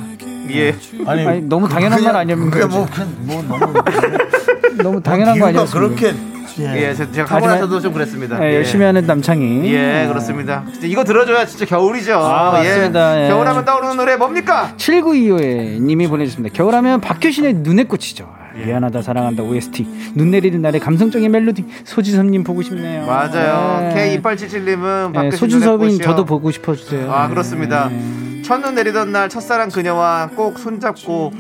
[SPEAKER 2] 예.
[SPEAKER 7] 아니, 너무 당연한 말 아니었는가
[SPEAKER 1] 그게 뭐, 그냥 뭐 너무
[SPEAKER 7] 너무 당연한 거
[SPEAKER 1] 이유가
[SPEAKER 7] 아니었어요
[SPEAKER 1] 그렇게
[SPEAKER 2] 예, 제- 제가 가고
[SPEAKER 7] 하지만-
[SPEAKER 2] 나서도 좀 그랬습니다.
[SPEAKER 7] 예,
[SPEAKER 2] 예.
[SPEAKER 7] 열심히 하는 남창이.
[SPEAKER 2] 예, 그렇습니다. 진짜 이거 들어줘야 진짜 겨울이죠.
[SPEAKER 7] 음. 아,
[SPEAKER 2] 예.
[SPEAKER 7] 맞습니다. 예.
[SPEAKER 2] 겨울하면 떠오르는 노래 뭡니까?
[SPEAKER 7] 7925의 님이 보내주셨습니다. 겨울하면 박효신의 눈의 꽃이죠.
[SPEAKER 2] 예.
[SPEAKER 7] 미안하다 사랑한다 OST 눈 내리는 날의 감성적인 멜로디 소지섭님 보고 싶네요.
[SPEAKER 2] 맞아요.
[SPEAKER 7] 네.
[SPEAKER 2] K2877님은
[SPEAKER 7] 네,
[SPEAKER 2] 박효신
[SPEAKER 7] 소준섭님
[SPEAKER 2] 눈의
[SPEAKER 7] 저도
[SPEAKER 2] 꽃이요.
[SPEAKER 7] 보고 음. 싶어주세요. 네.
[SPEAKER 2] 아 그렇습니다. 첫눈 내리던 날 첫사랑 그녀와 꼭 손잡고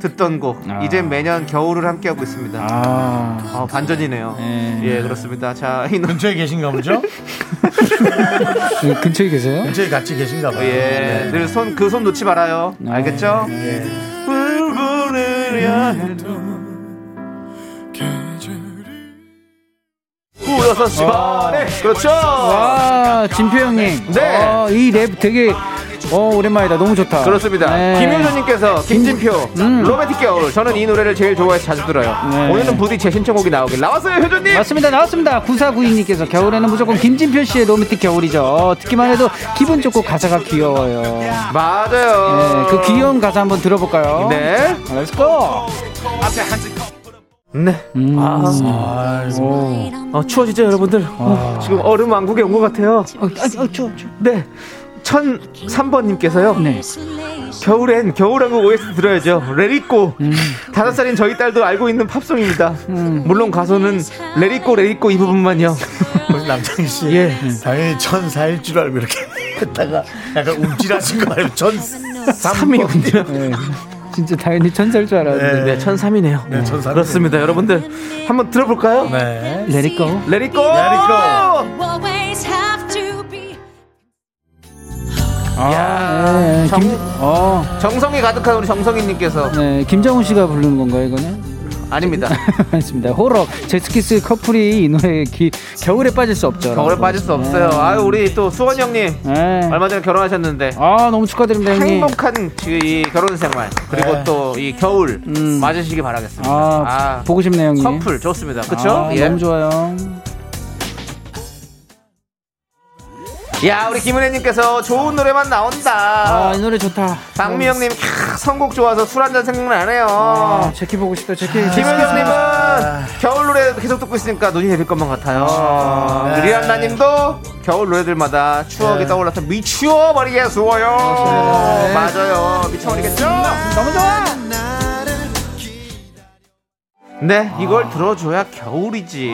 [SPEAKER 2] 듣던 곡.
[SPEAKER 7] 아.
[SPEAKER 2] 이젠 매년 겨울을 함께하고 있습니다.
[SPEAKER 7] 아,
[SPEAKER 2] 어, 반전이네요.
[SPEAKER 7] 예.
[SPEAKER 2] 예, 그렇습니다. 자, 이 노래.
[SPEAKER 1] 근처에 계신가 보죠?
[SPEAKER 7] 네, 근처에 계세요?
[SPEAKER 1] 근처에 같이 계신가 봐요.
[SPEAKER 7] 네.
[SPEAKER 2] 예, 늘 손, 그 손 놓지 말아요. 알겠죠?
[SPEAKER 7] 예.
[SPEAKER 2] 불부르려 해도 오후 6시
[SPEAKER 7] 아.
[SPEAKER 2] 반에. 그렇죠.
[SPEAKER 7] 와 아, 진표 형님.
[SPEAKER 2] 네.
[SPEAKER 7] 어, 이랩 되게 어 오랜만이다. 너무 좋다.
[SPEAKER 2] 그렇습니다.
[SPEAKER 7] 네. 음.
[SPEAKER 2] 김효준님께서 김진표 로맨틱 겨울 저는 이 노래를 제일 좋아해서 자주 들어요.
[SPEAKER 7] 네.
[SPEAKER 2] 오늘은 부디 제 신청곡이 나오길 나왔어요, 효준님.
[SPEAKER 7] 맞습니다. 나왔습니다. 9492님께서 겨울에는 무조건 김진표 씨의 로맨틱 겨울이죠. 어, 듣기만 해도 기분 좋고 가사가 귀여워요.
[SPEAKER 2] 맞아요.
[SPEAKER 7] 네, 그 아, 귀여운 가사 한번 들어볼까요?
[SPEAKER 2] 네.
[SPEAKER 7] 렛츠고!
[SPEAKER 2] 네. 아,
[SPEAKER 7] 오.
[SPEAKER 2] 어, 추워지죠, 여러분들? 어, 지금 얼음 왕국에 온 것 어, 같아요. 네. 1003번님께서요.
[SPEAKER 7] 네.
[SPEAKER 2] 겨울엔 겨울왕국 OST 들어야죠. 레리꼬. 다섯 살인 저희 딸도 알고 있는 팝송입니다. 물론 가수는 레리꼬 레리꼬 이 부분만요.
[SPEAKER 1] 우리 남창희 씨. 당연히 천사일 줄 알고 이렇게 했다가 약간 움찔하신 거 알고 천삼이군요.
[SPEAKER 7] 네. 진짜 당연히 천사일 줄 알았는데.
[SPEAKER 2] 네, 1003이네요.
[SPEAKER 1] 네, 1003.
[SPEAKER 2] 그렇습니다, 여러분들. 한번 들어볼까요?
[SPEAKER 1] 네.
[SPEAKER 7] Let it go.
[SPEAKER 2] 레리꼬.
[SPEAKER 1] Let
[SPEAKER 3] Always have to be.
[SPEAKER 7] 아, 네. 김, 어,
[SPEAKER 2] 정성이 가득한 우리 정성희님께서
[SPEAKER 7] 네. 김정훈 씨가 부르는 건가요, 이거는?
[SPEAKER 2] 아닙니다.
[SPEAKER 7] 맞습니다. 호러, 제스키스 커플이 이 노래에 기, 겨울에 빠질 수 없죠.
[SPEAKER 2] 겨울에 빠질 수 없어요. 아유 우리 또 수원 형님
[SPEAKER 7] 네.
[SPEAKER 2] 얼마 전에 결혼하셨는데
[SPEAKER 7] 아, 너무 축하드립니다, 형님.
[SPEAKER 2] 행복한 지금 이 결혼 생활 그리고
[SPEAKER 1] 네.
[SPEAKER 2] 또 이 겨울
[SPEAKER 7] 음.
[SPEAKER 2] 맞으시기 바라겠습니다.
[SPEAKER 7] 아,
[SPEAKER 2] 아,
[SPEAKER 7] 보고 싶네요, 형님.
[SPEAKER 2] 커플 좋습니다. 그쵸?
[SPEAKER 7] 아,
[SPEAKER 2] 예.
[SPEAKER 7] 너무 좋아요.
[SPEAKER 2] 야 우리 김은혜님께서 좋은 노래만 나온다.
[SPEAKER 7] 아, 이 노래 좋다.
[SPEAKER 2] 박미영님 캬, 선곡 좋아서 술 한잔 생각나네요.
[SPEAKER 7] 아, 재키 보고 싶다. 재키.
[SPEAKER 2] 김은경님은 겨울 노래 계속 듣고 있으니까 눈이 내릴 것만 아. 같아요.
[SPEAKER 1] 네.
[SPEAKER 2] 리안나님도 겨울 노래들마다 추억이 떠올라서 미치워버리겠어요. 맞아요. 미쳐버리겠죠? 네. 너무 좋아. 네, 이걸 들어줘야 겨울이지.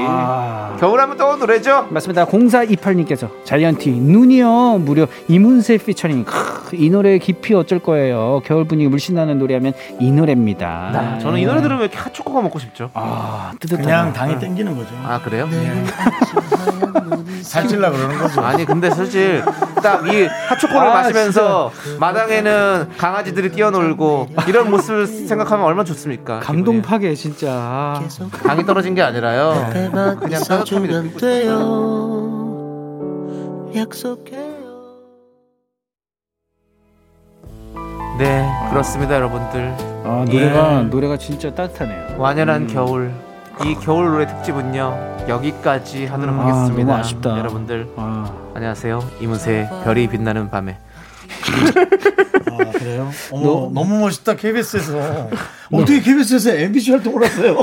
[SPEAKER 2] 겨울하면 떠오는 노래죠.
[SPEAKER 7] 맞습니다. 0428님께서 자이언티 눈이요 무려 이문세 피처링 크, 이 노래의 깊이 어쩔 거예요. 겨울 분위기 물씬 나는 노래하면 이 노래입니다.
[SPEAKER 2] 네. 아,
[SPEAKER 7] 네.
[SPEAKER 2] 저는 이 노래 들으면 왜 이렇게 핫초코가 먹고 싶죠.
[SPEAKER 7] 아, 뜨뜻하다.
[SPEAKER 1] 그냥 당이 땡기는 거죠.
[SPEAKER 2] 아 그래요?
[SPEAKER 1] 살찔라 그러는 거죠.
[SPEAKER 2] 음, 아니 근데 사실 딱 이 핫초코를
[SPEAKER 7] 아,
[SPEAKER 2] 마시면서 마당에는 강아지들이 뛰어놀고 이런 모습을 생각하면 얼마나 좋습니까?
[SPEAKER 7] 감동
[SPEAKER 2] 기분이.
[SPEAKER 7] 파괴 진짜.
[SPEAKER 2] 당이 떨어진 게 아니라요.
[SPEAKER 7] 네.
[SPEAKER 2] 그냥 따뜻함이 느끼고 싶어요. 네 그렇습니다 여러분들
[SPEAKER 7] 아,
[SPEAKER 2] 예.
[SPEAKER 7] 노래가 노래가 진짜 따뜻하네요.
[SPEAKER 2] 완연한 겨울 이 겨울 노래 특집은요 여기까지 하도록
[SPEAKER 7] 아,
[SPEAKER 2] 하겠습니다
[SPEAKER 7] 너무 아쉽다.
[SPEAKER 2] 여러분들
[SPEAKER 7] 아,
[SPEAKER 2] 안녕하세요 이문세의 별이 빛나는 밤에
[SPEAKER 1] 아, 그래요? 어머, 너무 멋있다, KBS에서. 어떻게 KBS에서 MBC 활동을 하세요? 예.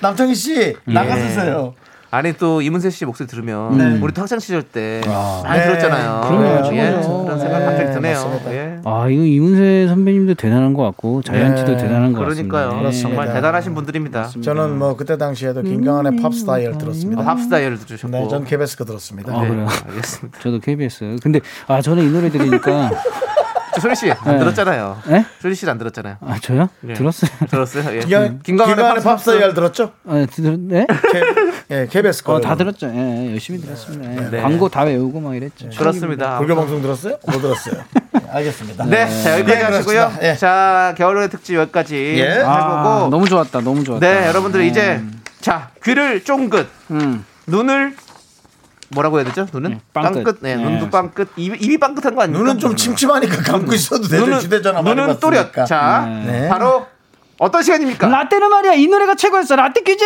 [SPEAKER 1] 남창희 씨, 나가주세요.
[SPEAKER 2] 아니 또 이문세 씨 목소리 들으면 우리 또 학창 시절 때 많이
[SPEAKER 1] 네.
[SPEAKER 2] 들었잖아요.
[SPEAKER 7] 그럼요,
[SPEAKER 2] 예,
[SPEAKER 7] 그럼요.
[SPEAKER 2] 그런 생각 갑자기
[SPEAKER 1] 네,
[SPEAKER 2] 드네요.
[SPEAKER 1] 맞습니다.
[SPEAKER 2] 예.
[SPEAKER 7] 아 이거 이문세 선배님도 대단한 것 같고 자이언티도
[SPEAKER 1] 네,
[SPEAKER 7] 대단한 것
[SPEAKER 2] 그러니까요.
[SPEAKER 7] 같습니다. 네.
[SPEAKER 2] 정말 대단하신 분들입니다.
[SPEAKER 1] 저는 뭐 그때 당시에도 김강한의 팝스타일
[SPEAKER 2] 음.
[SPEAKER 1] 들었습니다.
[SPEAKER 2] 팝스다이어를 들으셨고.
[SPEAKER 1] 네, 전 KBS 거 들었습니다. 네.
[SPEAKER 7] 아, 그래요?
[SPEAKER 2] 알겠습니다.
[SPEAKER 7] 저도 KBS. 근데 아 저는 이 노래 들으니까
[SPEAKER 2] 저 소리 씨 안
[SPEAKER 7] 네.
[SPEAKER 2] 들었잖아요.
[SPEAKER 7] 네?
[SPEAKER 2] 소리 씨는 안 들었잖아요.
[SPEAKER 7] 아 저요?
[SPEAKER 2] 네.
[SPEAKER 7] 들었어요.
[SPEAKER 2] 들었어요. 예.
[SPEAKER 1] 김강- 김강한의 팝스타일 들었죠?
[SPEAKER 7] 아, 들, 네?
[SPEAKER 1] K, 예, KBS 거.
[SPEAKER 7] 어, 다 들었죠. 예, 예, 열심히 들었습니다. 예.
[SPEAKER 2] 네.
[SPEAKER 7] 광고 다 외우고 막 이랬죠.
[SPEAKER 2] 그렇습니다.
[SPEAKER 1] 불교 방송 들었어요? 못 들었어요. 알겠습니다.
[SPEAKER 2] 네, 자 여기까지
[SPEAKER 1] 예,
[SPEAKER 2] 하시고요.
[SPEAKER 1] 그렇습니다. 예.
[SPEAKER 2] 자 겨울의 특집 여기까지
[SPEAKER 1] 예.
[SPEAKER 2] 해보고
[SPEAKER 7] 아, 너무 좋았다. 너무 좋았다.
[SPEAKER 2] 네 여러분들 이제
[SPEAKER 1] 음.
[SPEAKER 2] 자 귀를 쫑긋
[SPEAKER 7] 음.
[SPEAKER 2] 눈을 뭐라고 해야 되죠? 눈은
[SPEAKER 7] 네, 빵끝.
[SPEAKER 2] 네,
[SPEAKER 7] 네,
[SPEAKER 2] 눈도 빵끝. 입이, 입이 빵끝한 거 아닙니까?
[SPEAKER 1] 눈은 좀 또르르. 침침하니까 감고 있어도 되죠.
[SPEAKER 2] 눈은-
[SPEAKER 1] 휴대전화 많이
[SPEAKER 2] 눈은 또렷.
[SPEAKER 1] 봤으니까.
[SPEAKER 2] 자,
[SPEAKER 1] 네.
[SPEAKER 2] 바로 어떤 시간입니까?
[SPEAKER 7] 라떼는 말이야 이 노래가 최고였어 라떼 퀴즈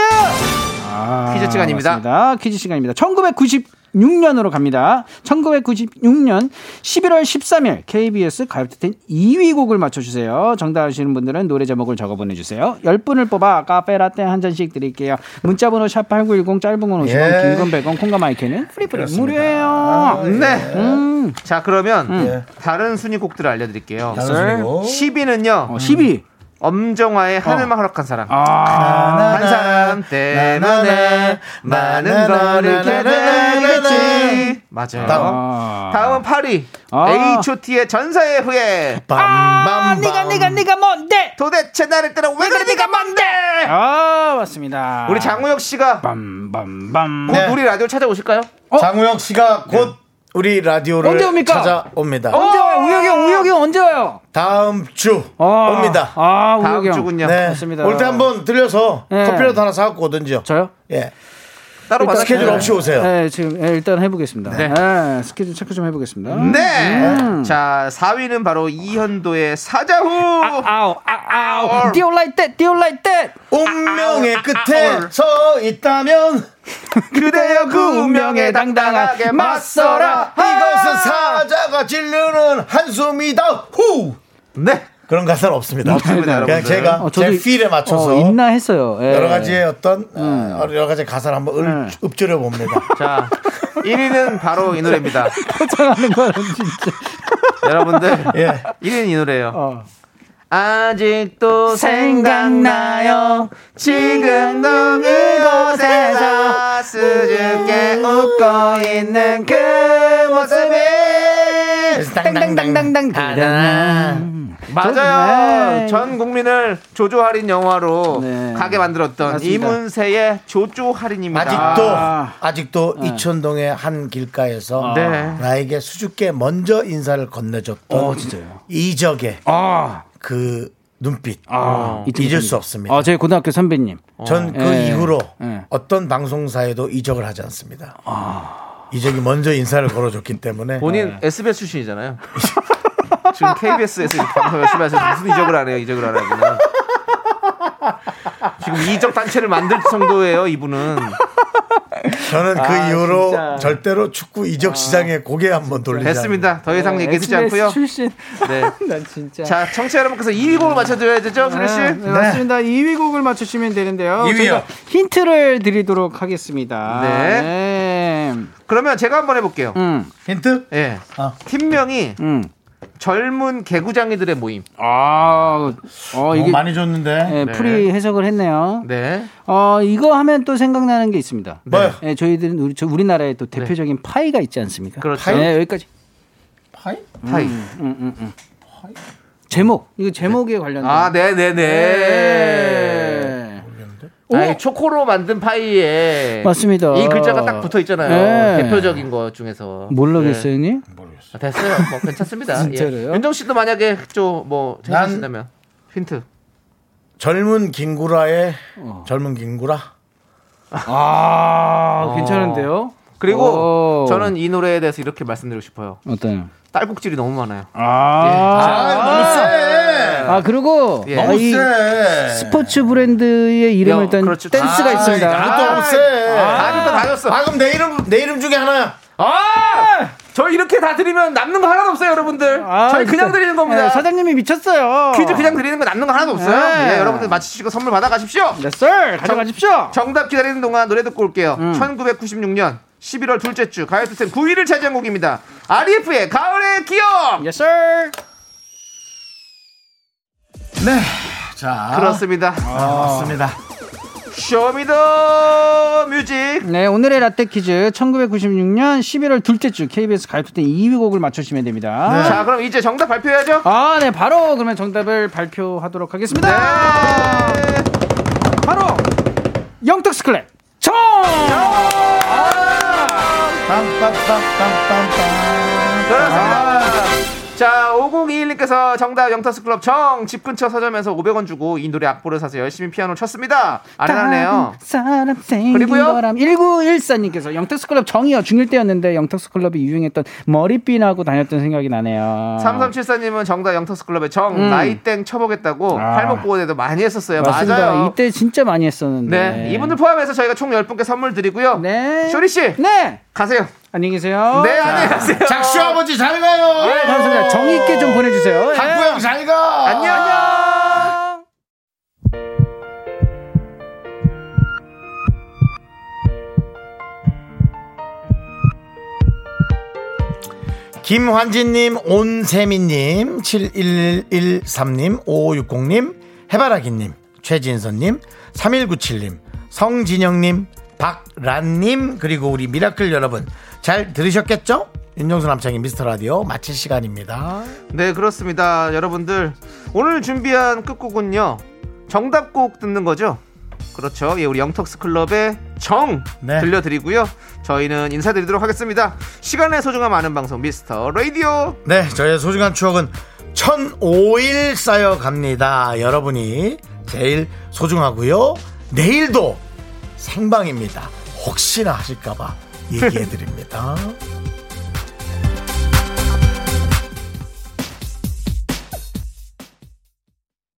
[SPEAKER 2] 퀴즈 시간입니다.
[SPEAKER 7] 맞습니다. 퀴즈 시간입니다 1990 1996년으로 갑니다. 1996년 11월 13일 KBS 가요톱텐 2위 곡을 맞춰주세요. 정답 아시는 분들은 노래 제목을 적어 보내주세요. 10분을 뽑아 카페라떼 한 잔씩 드릴게요. 문자번호 샵8910 짧은 건 50원
[SPEAKER 5] 예.
[SPEAKER 7] 긴 건 100원 콩과 마이크는 프리프리 무료예요.
[SPEAKER 2] 네.
[SPEAKER 7] 음.
[SPEAKER 2] 자, 그러면
[SPEAKER 1] 네.
[SPEAKER 5] 예.
[SPEAKER 2] 다른 순위 곡들을 알려드릴게요.
[SPEAKER 5] 다른 순위고.
[SPEAKER 2] 10위는요.
[SPEAKER 7] 어, 10위.
[SPEAKER 2] 엄정화의 하늘만 허락한 사람.
[SPEAKER 7] 아.
[SPEAKER 2] 한 사람 때문에 많은 거를 깨달았지. 맞아요.
[SPEAKER 7] 다음.
[SPEAKER 2] 다음은 8위.
[SPEAKER 7] 아.
[SPEAKER 2] H.O.T의 전사의 후예.
[SPEAKER 7] 아,
[SPEAKER 1] 빰빰빰.
[SPEAKER 7] 네가 네가 네가 뭔데?
[SPEAKER 2] 도대체 나를 따라 왜 그래 네가 뭔데?
[SPEAKER 7] 아, 맞습니다.
[SPEAKER 2] 우리 장우혁 씨가
[SPEAKER 7] 빰빰빰.
[SPEAKER 2] 곧
[SPEAKER 1] 네.
[SPEAKER 2] 우리 라디오 찾아오실까요?
[SPEAKER 7] 어?
[SPEAKER 1] 장우혁 씨가 곧 우리 라디오를
[SPEAKER 7] 언제 옵니까?
[SPEAKER 1] 찾아옵니다.
[SPEAKER 7] 언제 와요? 우혁이 형, 우혁이 형 언제 와요?
[SPEAKER 1] 다음 주
[SPEAKER 7] 아,
[SPEAKER 1] 옵니다.
[SPEAKER 7] 아,
[SPEAKER 2] 다음
[SPEAKER 7] 우혁이 형.
[SPEAKER 2] 주군요.
[SPEAKER 1] 네.
[SPEAKER 7] 좋습니다.
[SPEAKER 1] 올 때 한번 들려서
[SPEAKER 7] 네.
[SPEAKER 1] 커피라도 하나 사갖고 오든지요.
[SPEAKER 7] 저요?
[SPEAKER 1] 예.
[SPEAKER 2] 따로 받아
[SPEAKER 1] 스케줄 없이 오세요.
[SPEAKER 7] 네, 지금 예, 일단 해보겠습니다.
[SPEAKER 2] 네.
[SPEAKER 7] 예, 스케줄 체크 좀 해보겠습니다.
[SPEAKER 2] 네.
[SPEAKER 7] 음.
[SPEAKER 2] 자, 4위는 바로 이현도의 사자후.
[SPEAKER 7] 아우, 아우, 아우. 뛰어 like that, 뛰어 like that.
[SPEAKER 1] 운명의 끝에 서 있다면
[SPEAKER 2] 그대여 그 운명에 당당하게 맞서라.
[SPEAKER 7] 아.
[SPEAKER 1] 이것은 사자가 질르는 한숨이다. 후.
[SPEAKER 2] 네.
[SPEAKER 1] 그런 가사는 없습니다.
[SPEAKER 2] 없습니다,
[SPEAKER 1] 그냥
[SPEAKER 2] 여러분들.
[SPEAKER 1] 제가
[SPEAKER 7] 어,
[SPEAKER 1] 제
[SPEAKER 7] 저도
[SPEAKER 1] 필에 맞춰서
[SPEAKER 7] 어, 있나 했어요. 예.
[SPEAKER 1] 여러 가지의 어떤 어, 여러 가지 가사를 한번 을-
[SPEAKER 7] 네.
[SPEAKER 1] 읊조려 봅니다.
[SPEAKER 2] 자, 1위는 바로 이 노래입니다.
[SPEAKER 7] 포장하는 거는 진짜.
[SPEAKER 2] 여러분들.
[SPEAKER 1] 예.
[SPEAKER 2] 1위는 이 노래예요.
[SPEAKER 7] 어.
[SPEAKER 2] 아직도 생각나요. 지금도 그곳에서 수줍게 웃고 있는 그 모습이.
[SPEAKER 1] 땅땅땅땅땅.
[SPEAKER 2] 아, 네. 맞아요.
[SPEAKER 7] 네.
[SPEAKER 2] 전 국민을 조조 할인 영화로
[SPEAKER 7] 네.
[SPEAKER 2] 가게 만들었던
[SPEAKER 7] 맞습니다.
[SPEAKER 2] 이문세의 조조 할인입니다.
[SPEAKER 1] 아직도 네. 아.
[SPEAKER 7] 아.
[SPEAKER 1] 아직도 이천동의 한 길가에서
[SPEAKER 2] 네.
[SPEAKER 1] 나에게 수줍게 먼저 인사를 건네줬던
[SPEAKER 7] 어, 진짜요?
[SPEAKER 1] 이적의
[SPEAKER 7] 아,
[SPEAKER 1] 그 눈빛
[SPEAKER 2] 음.
[SPEAKER 7] 아.
[SPEAKER 1] 잊을 수 없습니다.
[SPEAKER 7] 아, 제 고등학교 선배님.
[SPEAKER 1] 전 그
[SPEAKER 7] 예.
[SPEAKER 1] 이후로
[SPEAKER 7] 예.
[SPEAKER 1] 어떤 방송사에도 이적을 하지 않습니다. 이적이 먼저 인사를 걸어줬기 때문에
[SPEAKER 2] 본인 SBS 출신이잖아요. 지금 KBS에서 이렇게 방송 열심히 하셔서 무슨 이적을 안 해요, 이적을 안 하고는. 지금 이적 단체를 만들 정도예요, 이분은.
[SPEAKER 1] 저는 그 이후로 절대로 축구 이적 시장에 고개 한번 돌리지
[SPEAKER 2] 됐습니다. 더 이상 얘기 듣지 않고요.
[SPEAKER 7] 네, 출신.
[SPEAKER 2] 네.
[SPEAKER 7] 난 진짜.
[SPEAKER 2] 자, 청취자 여러분께서 2위 곡을 맞춰줘야 되죠, 소리 씨?
[SPEAKER 7] 네, 맞습니다. 2위 곡을 맞추시면 되는데요.
[SPEAKER 1] 이위요.
[SPEAKER 7] 저희가 힌트를 드리도록 하겠습니다.
[SPEAKER 2] 네. 그러면 제가 한번 해볼게요.
[SPEAKER 7] 음,
[SPEAKER 1] 힌트?
[SPEAKER 2] 예.
[SPEAKER 1] 아.
[SPEAKER 2] 팀명이
[SPEAKER 7] 음.
[SPEAKER 2] 젊은 개구장이들의 모임.
[SPEAKER 7] 아, 어,
[SPEAKER 1] 어,
[SPEAKER 7] 이게
[SPEAKER 1] 많이 줬는데
[SPEAKER 7] 예,
[SPEAKER 2] 네.
[SPEAKER 7] 풀이 해석을 했네요.
[SPEAKER 2] 네.
[SPEAKER 7] 어, 이거 하면 또 생각나는 게 있습니다.
[SPEAKER 1] 뭐요?
[SPEAKER 7] 예, 저희들은 우리 저 우리나라의 또 대표적인 파이가 있지 않습니까?
[SPEAKER 2] 네. 그렇죠.
[SPEAKER 7] 파이? 예, 여기까지.
[SPEAKER 1] 파이?
[SPEAKER 2] 파이.
[SPEAKER 7] 음. 제목. 이거 제목에 관련된. 네.
[SPEAKER 2] 아, 네네네.
[SPEAKER 7] 예.
[SPEAKER 2] 아니, 초코로 만든 파이에
[SPEAKER 7] 맞습니다.
[SPEAKER 2] 이 글자가 딱 붙어 있잖아요.
[SPEAKER 7] 네.
[SPEAKER 2] 대표적인 것 중에서.
[SPEAKER 7] 몰라겠어요, 님?
[SPEAKER 2] 네. 아, 됐어요. 뭐 괜찮습니다.
[SPEAKER 7] 진짜로요?
[SPEAKER 2] 예. 윤정 씨도 만약에 좀뭐
[SPEAKER 1] 난-
[SPEAKER 2] 생각하신다면 힌트.
[SPEAKER 1] 젊은 김구라의 젊은 김구라
[SPEAKER 7] 아, 괜찮은데요?
[SPEAKER 2] 그리고
[SPEAKER 7] 오.
[SPEAKER 2] 저는 이 노래에 대해서 이렇게 말씀드리고 싶어요.
[SPEAKER 7] 어떤?
[SPEAKER 2] 딸꾹질이 너무 많아요.
[SPEAKER 7] 아,
[SPEAKER 1] 아, 너무 세
[SPEAKER 7] 아 그리고
[SPEAKER 2] 예.
[SPEAKER 7] 아, 이
[SPEAKER 1] 세
[SPEAKER 7] 스포츠 브랜드의 이름을
[SPEAKER 2] 여-
[SPEAKER 7] 딴
[SPEAKER 2] 그렇죠.
[SPEAKER 7] 댄스가
[SPEAKER 2] 아,
[SPEAKER 7] 있습니다.
[SPEAKER 1] 그것도 너무 세
[SPEAKER 2] 아, 다 다녔어.
[SPEAKER 1] 아 그럼 내 이름 내 이름 중에 하나야
[SPEAKER 2] 아! 저 이렇게 다 드리면 남는 거 하나도 없어요, 여러분들. 저희
[SPEAKER 7] 진짜.
[SPEAKER 2] 그냥 드리는 겁니다.
[SPEAKER 7] 네, 사장님이 미쳤어요.
[SPEAKER 2] 예. 퀴즈 그냥 드리는 거 남는 거 하나도 없어요.
[SPEAKER 7] 네.
[SPEAKER 2] 예, 여러분들 맞히시고 선물 받아 가십시오.
[SPEAKER 7] 네, 썰 가져가십시오.
[SPEAKER 2] 정답 기다리는 동안 노래 듣고 올게요.
[SPEAKER 7] 음.
[SPEAKER 2] 1996년 11월 둘째 주 가요투센 9위를 차지한 곡입니다. RF의 가을의 기억.
[SPEAKER 7] 예, 썰. 아.
[SPEAKER 2] 그렇습니다.
[SPEAKER 1] 맞습니다
[SPEAKER 2] 쇼미더 뮤직.
[SPEAKER 7] 네, 오늘의 라떼 퀴즈 1996년 11월 둘째 주 KBS 가요톱텐 2위 곡을 맞춰주시면 됩니다.
[SPEAKER 2] 자, 그럼 이제 정답 발표해야죠.
[SPEAKER 7] 아, 네, 바로 그러면 정답을 발표하도록 하겠습니다.
[SPEAKER 2] 네.
[SPEAKER 7] 바로 영특스클랩 정. 아!
[SPEAKER 1] 빰빰빰빰빰빰
[SPEAKER 7] 아.
[SPEAKER 2] 그렇습니다. 자, 5021님께서 정답 영터스클럽 정, 집 근처 서점에서 500원 주고 이 노래 악보를 사서 열심히 피아노 쳤습니다. 안 하네요.
[SPEAKER 7] 사람 생긴
[SPEAKER 2] 그리고요?
[SPEAKER 7] 거람 1914님께서 영탁스클럽 정이요 중일 때였는데 영탁스클럽이 유행했던 머리핀하고 다녔던 생각이 나네요.
[SPEAKER 2] 3374님은 정답 영터스클럽의 정, 나이땡 쳐보겠다고
[SPEAKER 7] 음. 아.
[SPEAKER 2] 팔목 보호대도 많이 했었어요.
[SPEAKER 7] 맞습니다.
[SPEAKER 2] 네, 맞아요.
[SPEAKER 7] 이때 진짜 많이 했었는데.
[SPEAKER 2] 네. 이분들 포함해서 저희가 총 10분께 선물 드리고요.
[SPEAKER 7] 네.
[SPEAKER 2] 쇼리씨,
[SPEAKER 7] 네.
[SPEAKER 2] 가세요.
[SPEAKER 7] 안녕히 계세요.
[SPEAKER 2] 네, 안녕히 가세요.
[SPEAKER 1] 작수 아버지 잘 가요.
[SPEAKER 7] 네, 감사합니다. 정의 있게 좀 보내주세요. 예.
[SPEAKER 2] 네.
[SPEAKER 1] 학부형 잘 가.
[SPEAKER 2] 안녕. 안녕.
[SPEAKER 1] 김환진님, 온세미님, 7113님, 5560님, 해바라기님, 최진선님, 3197님, 성진영님, 박란님, 그리고 우리 미라클 여러분. 잘 들으셨겠죠? 윤정수 남창의 미스터 라디오 마칠 시간입니다.
[SPEAKER 2] 네, 그렇습니다. 여러분들 오늘 준비한 끝곡은요. 정답곡 듣는 거죠? 그렇죠. 예, 우리 영턱스 클럽의 정
[SPEAKER 1] 네.
[SPEAKER 2] 들려드리고요. 저희는 인사드리도록 하겠습니다. 시간의 소중함 아는 방송 미스터 라디오.
[SPEAKER 1] 네, 저의 소중한 추억은 1005일 쌓여갑니다. 여러분이 제일 소중하고요. 내일도 생방입니다. 혹시나 하실까봐 얘기해드립니다.